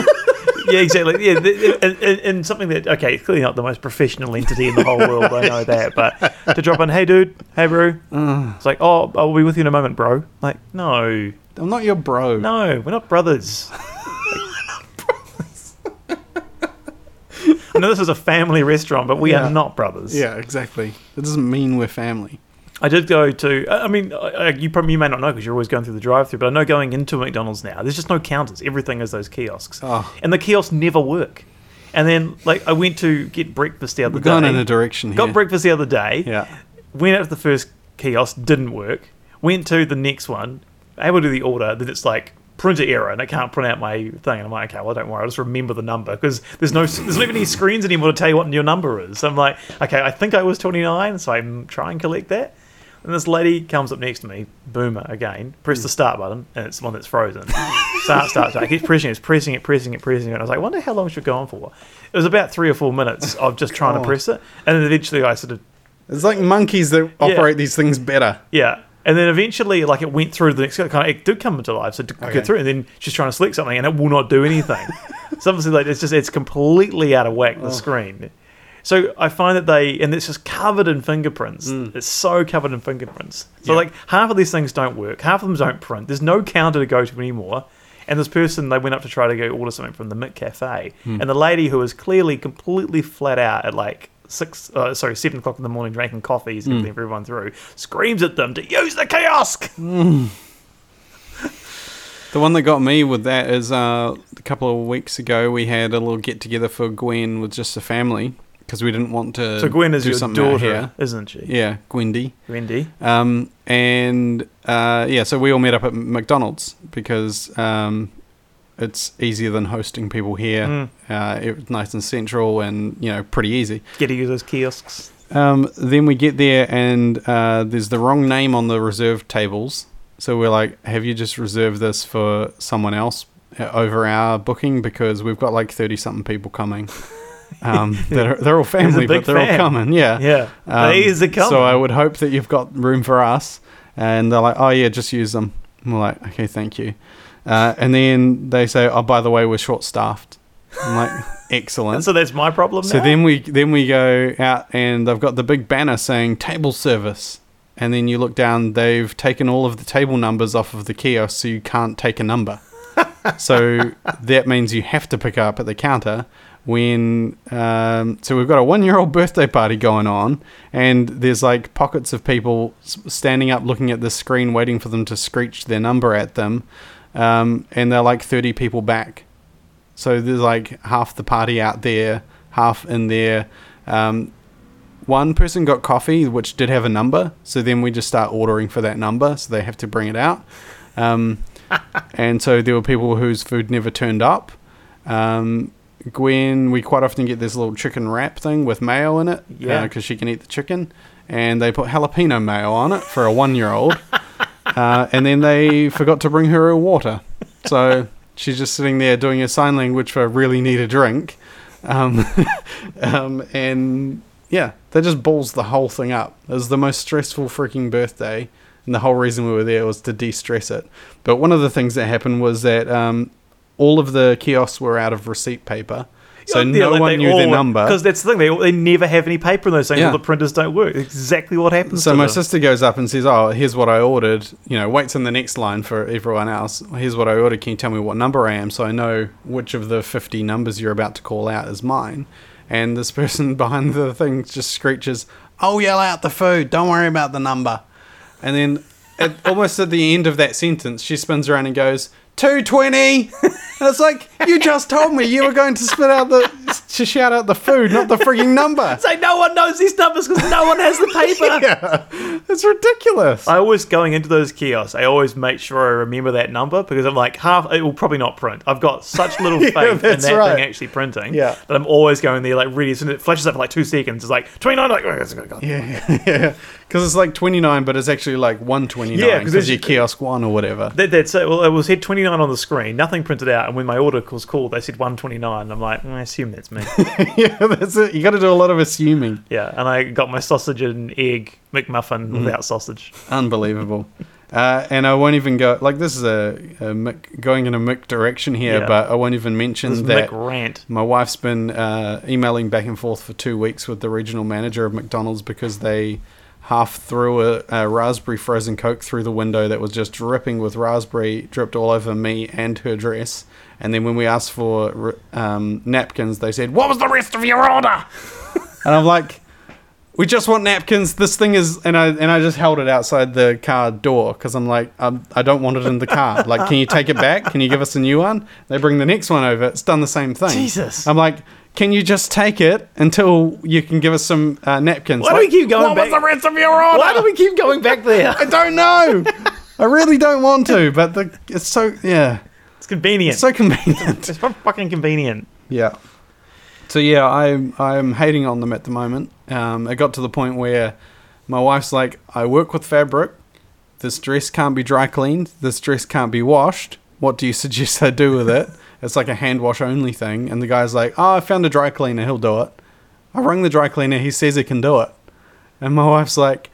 [SPEAKER 3] Yeah, exactly. Yeah, th- th- and, and, and something that okay, it's clearly not the most professional entity in the whole world. I know that, but to drop on, hey dude, hey bro,
[SPEAKER 2] Uh.
[SPEAKER 3] it's like, oh, I'll be with you in a moment, bro. Like, no,
[SPEAKER 2] I'm not your bro.
[SPEAKER 3] No, we're
[SPEAKER 2] [LAUGHS]
[SPEAKER 3] not brothers. I know this is a family restaurant, but we
[SPEAKER 2] Yeah.
[SPEAKER 3] are not brothers.
[SPEAKER 2] Yeah, exactly. That doesn't mean we're family.
[SPEAKER 3] I did go to. I I mean, I- I- you probably you may not know because you're always going through the drive-through, but I know going into McDonald's now, there's just no counters. Everything is those kiosks,
[SPEAKER 2] Oh.
[SPEAKER 3] and the kiosks never work. And then, like, I went to get breakfast the other
[SPEAKER 2] We're going
[SPEAKER 3] day.
[SPEAKER 2] in a direction
[SPEAKER 3] Got
[SPEAKER 2] here.
[SPEAKER 3] breakfast the other day.
[SPEAKER 2] Yeah.
[SPEAKER 3] Went out to the first kiosk, didn't work. Went to the next one, able to do the order. Then it's like printer error, and I can't print out my thing. And I'm like, okay, well, don't worry, I'll just remember the number because there's no, there's not even any screens anymore to tell you what your number is. So I'm like, okay, I think I was 29, so I'm try and collect that. And this lady comes up next to me, boomer again, press the start button, and it's the one that's frozen. start, start, start. I keep pressing it, it's pressing it, pressing it, pressing it. And I was like, I wonder how long she'll go on for. It was about three or four minutes of just trying to
[SPEAKER 2] God.
[SPEAKER 3] press it. And then eventually I sort of
[SPEAKER 2] It's like monkeys that operate these things better.
[SPEAKER 3] Yeah. And then eventually, like, it went through the next kind of, it did come into life, so it did
[SPEAKER 2] Okay.
[SPEAKER 3] get through. And then she's trying to select something and it will not
[SPEAKER 2] [LAUGHS]
[SPEAKER 3] do anything. so obviously, like, it's just, it's completely out of whack,
[SPEAKER 2] Oh.
[SPEAKER 3] the screen. So I find that they, and it's just covered in fingerprints. It's so covered in fingerprints.
[SPEAKER 2] Mm.
[SPEAKER 3] So,
[SPEAKER 2] Yeah.
[SPEAKER 3] like, half of these things don't work, half of them don't print. There's no counter to go to anymore. And this person, they went up to try to go order something from the Mick Cafe.
[SPEAKER 2] Hmm.
[SPEAKER 3] And the lady who was clearly completely flat out at like six, uh, sorry, seven o'clock in the morning drinking coffees
[SPEAKER 2] Hmm.
[SPEAKER 3] and everything for everyone through, screams at them to use the kiosk.
[SPEAKER 2] Mm. The one that got me with that is uh, a couple of weeks ago we had a little get together for Gwen with just the family because we didn't want to.
[SPEAKER 3] So Gwen is
[SPEAKER 2] do
[SPEAKER 3] your
[SPEAKER 2] something out
[SPEAKER 3] daughter, isn't she?
[SPEAKER 2] here. Yeah, Gwendy.
[SPEAKER 3] Wendy.
[SPEAKER 2] Um, and uh, yeah, so we all met up at McDonald's because um, it's easier than hosting people here.
[SPEAKER 3] Mm.
[SPEAKER 2] Uh, it's nice and central, and you know, pretty easy.
[SPEAKER 3] Get to use those kiosks.
[SPEAKER 2] Um, then we get there, and uh, there's the wrong name on the reserved tables. So we're like, "Have you just reserved this for someone else uh, over our booking? Because we've got like thirty something people
[SPEAKER 3] [LAUGHS]
[SPEAKER 2] coming. Um, they're they're all family, but
[SPEAKER 3] big
[SPEAKER 2] they're
[SPEAKER 3] fam.
[SPEAKER 2] all coming. Yeah,
[SPEAKER 3] Yeah,
[SPEAKER 2] Um,
[SPEAKER 3] they is a coming.
[SPEAKER 2] So I would hope that you've got room for us. And they're like, oh, yeah, just use them. And we're like, okay, thank you. Uh, and then they say, oh, by the way, we're short staffed. I'm
[SPEAKER 3] [LAUGHS]
[SPEAKER 2] like,
[SPEAKER 3] and
[SPEAKER 2] excellent.
[SPEAKER 3] so that's my problem.
[SPEAKER 2] So
[SPEAKER 3] now?
[SPEAKER 2] then we then we go out and they've got the big banner saying table service. And then you look down, they've taken all of the table numbers off of the kiosk so you can't take a
[SPEAKER 3] [LAUGHS]
[SPEAKER 2] number. so that means you have to pick up at the counter when um, so we've got a one year old birthday party going on and there's like pockets of people s- standing up looking at the screen waiting for them to screech their number at them um, and they're like 30 people back so there's like half the party out there, half in there. Um, one person got coffee, which did have a number. So then we just start ordering for that number. So they have to bring it out. Um, and so there were people whose food never turned up. Um, Gwen, we quite often get this little chicken wrap thing with mayo in it.
[SPEAKER 3] Yeah.
[SPEAKER 2] Because she can eat the chicken. And they put jalapeno mayo on it for a one year old. uh, and then they forgot to bring her her water. So she's just sitting there doing her sign language for really need a drink. Um, um, and yeah, that just balls the whole thing up. It was the most stressful freaking birthday. And the whole reason we were there was to de stress it. But one of the things that happened was that um, all of the kiosks were out of receipt paper. So no one knew their number.
[SPEAKER 3] Because that's the thing, they, all- they never have any paper in those things,
[SPEAKER 2] Yeah.
[SPEAKER 3] all the printers don't work. Exactly what happens
[SPEAKER 2] So
[SPEAKER 3] to
[SPEAKER 2] my
[SPEAKER 3] them.
[SPEAKER 2] sister goes up and says, "Oh, here's what I ordered." You know, waits in the next line for everyone else. Here's what I ordered. Can you tell me what number I am so I know which of the 50 numbers you're about to call out is mine? And this [LAUGHS] person behind the thing just screeches, "I'll yell out the food. Don't worry about the number." And then, at, [LAUGHS] almost at the end of that sentence, she spins around and goes, 220 and it's like you just told me you were going to spit out the to shout out the food not the freaking number
[SPEAKER 3] Say no one knows these numbers because no
[SPEAKER 2] [LAUGHS]
[SPEAKER 3] one has the paper.
[SPEAKER 2] it's ridiculous
[SPEAKER 3] I always going into those kiosks. I always make sure I remember that number because I'm like half. It will probably not print. I've
[SPEAKER 2] [LAUGHS]
[SPEAKER 3] got such little faith in that
[SPEAKER 2] that's right.
[SPEAKER 3] thing actually printing.
[SPEAKER 2] Yeah.
[SPEAKER 3] that I'm always going there like really. soon. it flashes up for like two seconds. It's like 29. Like, oh, it's- God.
[SPEAKER 2] Yeah, yeah. [LAUGHS] Because it's like 29, but it's actually like 129
[SPEAKER 3] Yeah, 'cause
[SPEAKER 2] because
[SPEAKER 3] it's-
[SPEAKER 2] your kiosk one or whatever.
[SPEAKER 3] That, that's it. Well, it was said 29 on the screen. Nothing printed out. And when my order was called, they said 129. I'm like, mm, I assume that's me.
[SPEAKER 2] [LAUGHS] yeah, that's it. You got to do a lot of assuming.
[SPEAKER 3] yeah. And I got my sausage and egg McMuffin without sausage.
[SPEAKER 2] Unbelievable. Uh, and I won't even go like this is a, a Mick, going in a Mick direction here,
[SPEAKER 3] Yeah.
[SPEAKER 2] but I won't even mention
[SPEAKER 3] This is
[SPEAKER 2] that
[SPEAKER 3] Mick Rant.
[SPEAKER 2] my wife's been uh, emailing back and forth for two weeks with the regional manager of McDonald's because they half threw a, a raspberry frozen coke through the window that was just dripping with raspberry dripped all over me and her dress. And then when we asked for um, napkins, they said, "What was the rest of your order?" and I'm like, "We just want napkins. This thing is..." And I and I just held it outside the car door because I'm like, I'm, "I don't want it in the car. Like, can you take it back? Can you give us a new one?" They bring the next one over. It's done the same thing.
[SPEAKER 3] Jesus.
[SPEAKER 2] I'm like, "Can you just take it until you can give us some uh, napkins?"
[SPEAKER 3] Why do
[SPEAKER 2] Like,
[SPEAKER 3] we keep going
[SPEAKER 2] What
[SPEAKER 3] back?
[SPEAKER 2] was the rest of your order?
[SPEAKER 3] Why do we keep going back there?
[SPEAKER 2] I don't know. I really don't want to, but the it's so yeah,
[SPEAKER 3] [LAUGHS] It's convenient.
[SPEAKER 2] it's so convenient.
[SPEAKER 3] it's fucking convenient.
[SPEAKER 2] Yeah. So yeah, I'm I'm hating on them at the moment. Um, it got to the point where my wife's like, I work with fabric. This dress can't be dry cleaned. This dress can't be washed. What do you [LAUGHS] suggest I do with it? It's like a hand wash only thing. And the guy's like, Oh, I found a dry cleaner. He'll do it. I rang the dry cleaner. He says he can do it. And my wife's like,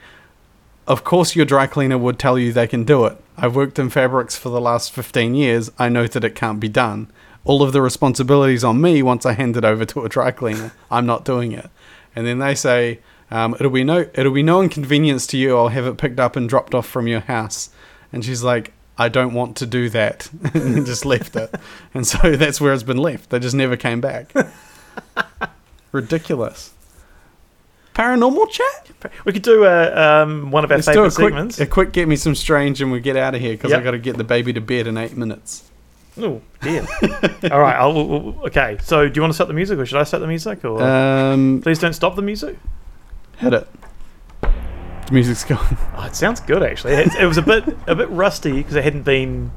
[SPEAKER 2] Of course, your dry cleaner would tell you they can do it. I've worked in fabrics for the last 15 years. I know that it can't be done. All of the responsibility's on me once I hand it over to a dry cleaner. I'm not doing it. And then they say, um, it'll be no it'll be no inconvenience to you. I'll have it picked up and dropped off from your house. And she's like, I don't want to do that. [LAUGHS] and then just left it. And so [LAUGHS] that's where it's been left. They just never came back. Ridiculous. Paranormal chat?
[SPEAKER 3] We could do a, um, one of our
[SPEAKER 2] Let's do
[SPEAKER 3] favorite
[SPEAKER 2] a quick,
[SPEAKER 3] segments.
[SPEAKER 2] a quick get me some strange and we get out of here because
[SPEAKER 3] Yep.
[SPEAKER 2] i got to get the baby to bed in eight minutes.
[SPEAKER 3] Oh dear! All right. I'll, we'll- we'll- okay. So, do you want to start the music, or should I start the music? Or
[SPEAKER 2] Um,
[SPEAKER 3] please don't stop the music.
[SPEAKER 2] hit it. The music's going.
[SPEAKER 3] Oh, it sounds good actually. It, it was a bit a bit rusty because it hadn't been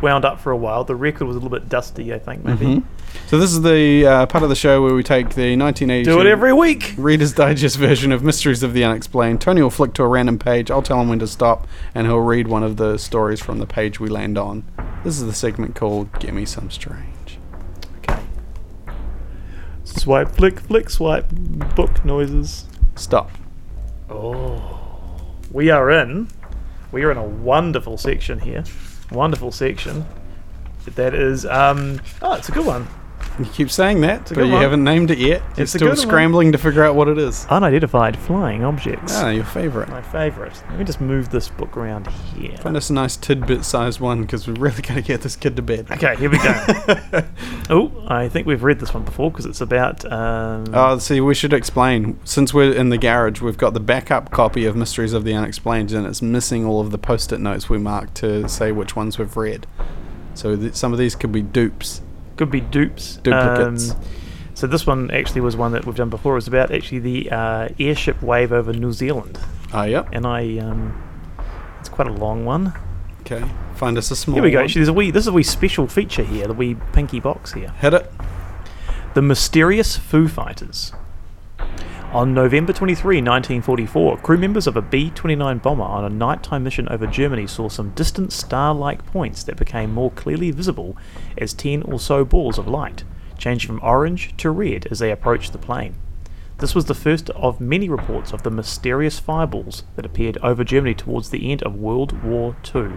[SPEAKER 3] wound up for a while. The record was a little bit dusty, I think, maybe.
[SPEAKER 2] [LAUGHS] So this is the uh, part of the show where we take the 1980
[SPEAKER 3] Do it every week.
[SPEAKER 2] Reader's Digest version of Mysteries of the Unexplained. Tony will flick to a random page. I'll tell him when to stop, and he'll read one of the stories from the page we land on. This is the segment called "Give Me Some Strange."
[SPEAKER 3] Okay. Swipe, flick, flick, swipe. Book noises.
[SPEAKER 2] Stop.
[SPEAKER 3] We are in. We are in a wonderful section here. Wonderful section. That is, um, oh, it's a good one.
[SPEAKER 2] You keep saying that, but
[SPEAKER 3] good
[SPEAKER 2] you
[SPEAKER 3] one.
[SPEAKER 2] haven't named it yet. You're
[SPEAKER 3] It's a
[SPEAKER 2] still
[SPEAKER 3] good one.
[SPEAKER 2] scrambling to figure out what it is.
[SPEAKER 3] Unidentified flying objects.
[SPEAKER 2] Ah, your favorite.
[SPEAKER 3] My favourite. Let me just move this book around here.
[SPEAKER 2] Find us a nice tidbit-sized one because we really [LAUGHS] gotta get this kid to bed.
[SPEAKER 3] Okay, here
[SPEAKER 2] [LAUGHS]
[SPEAKER 3] we go. oh, I think we've read this one before because it's about. Um,
[SPEAKER 2] Uh, see, we should explain. Since we're in the garage, we've got the backup copy of Mysteries of the Unexplained, and it's missing all of the post it notes we marked to say which ones we've read. So th- some of these could be dupes.
[SPEAKER 3] could be dupes.
[SPEAKER 2] Duplicates.
[SPEAKER 3] Um, so this one actually was one that we've done before. It was about actually the uh, airship wave over New Zealand,
[SPEAKER 2] Oh, yep.
[SPEAKER 3] and I. Um, it's quite a long one.
[SPEAKER 2] Okay. Find us a small.
[SPEAKER 3] Here we go.
[SPEAKER 2] one.
[SPEAKER 3] Actually, there's a wee. This is a wee special feature here. The wee pinky box here.
[SPEAKER 2] Hit it.
[SPEAKER 3] The Mysterious Foo Fighters. On November 23, 1944, crew members of a B 29 bomber on a nighttime mission over Germany saw some distant star like points that became more clearly visible as 10 or so balls of light, changed from orange to red as they approached the plane. This was the first of many reports of the mysterious fireballs that appeared over Germany towards the end of World War II.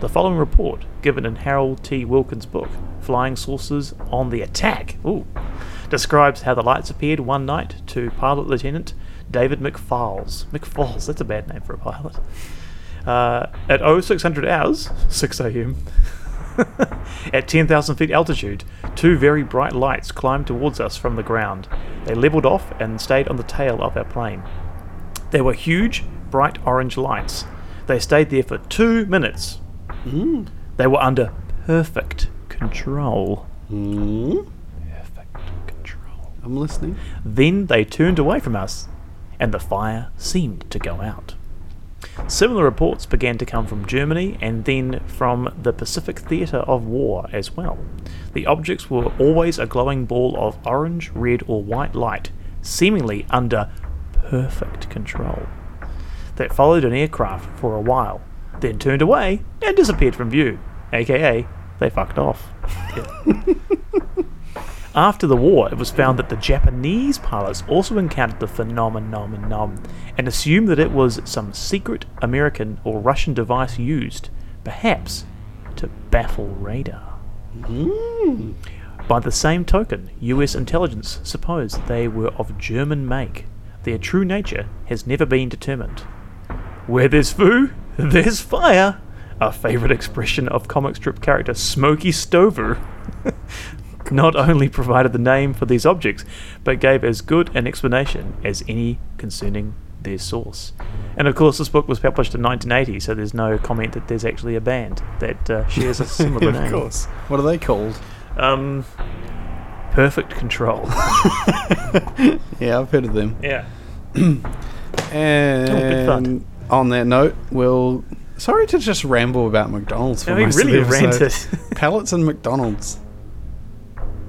[SPEAKER 3] The following report, given in Harold T. Wilkins' book, Flying Saucers on the Attack, ooh, describes how the lights appeared one night to pilot lieutenant David McFarles. McFarles, that's a bad name for a pilot. Uh, at 0600 hours, 6 a.m., [LAUGHS] at 10,000 feet altitude, two very bright lights climbed towards us from the ground. They leveled off and stayed on the tail of our plane. They were huge, bright orange lights. They stayed there for two minutes. They were under perfect control. Perfect control.
[SPEAKER 2] I'm
[SPEAKER 3] [LAUGHS]
[SPEAKER 2] listening.
[SPEAKER 3] Then they turned away from us, and the fire seemed to go out. Similar reports began to come from Germany and then from the Pacific Theatre of War as well. The objects were always a glowing ball of orange, red, or white light, seemingly under perfect control. That followed an aircraft for a while, then turned away and disappeared from view, aka they fucked off. After the war, it was found that the Japanese pilots also encountered the phenomenon and assumed that it was some secret American or Russian device used, perhaps, to baffle radar. By the same token, US intelligence supposed they were of German make. Their true nature has never been determined. Where there's foo, there's fire. A favourite expression of comic strip character Smokey
[SPEAKER 2] [LAUGHS]
[SPEAKER 3] Stover not only provided the name for these objects, but gave as good an explanation as any concerning their source. And of course, this book was published in 1980, so there's no comment that there's actually a band that
[SPEAKER 2] [LAUGHS]
[SPEAKER 3] uh, shares a similar name.
[SPEAKER 2] of course. What are they called?
[SPEAKER 3] Um, perfect control.
[SPEAKER 2] [LAUGHS] Yeah, I've heard of them.
[SPEAKER 3] yeah. big fun.
[SPEAKER 2] And on that note, we'll. Sorry to just ramble about McDonald's for
[SPEAKER 3] Yeah, we
[SPEAKER 2] most of
[SPEAKER 3] really
[SPEAKER 2] the episode. [LAUGHS]
[SPEAKER 3] ranted. [LAUGHS]
[SPEAKER 2] Pallets and McDonald's.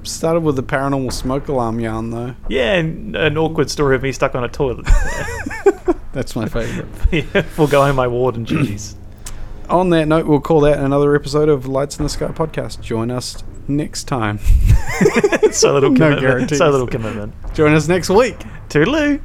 [SPEAKER 2] Started with the paranormal smoke alarm yarn though.
[SPEAKER 3] Yeah, and an awkward story of me stuck on a toilet. [LAUGHS]
[SPEAKER 2] That's my favourite.
[SPEAKER 3] yeah, forgoing my ward and duties.
[SPEAKER 2] On that note, we'll call that another episode of Lights in the Sky podcast. Join us next time. [LAUGHS]
[SPEAKER 3] so little
[SPEAKER 2] No
[SPEAKER 3] commitment.
[SPEAKER 2] guarantees.
[SPEAKER 3] so little commitment.
[SPEAKER 2] Join us next week.
[SPEAKER 3] Toodaloo.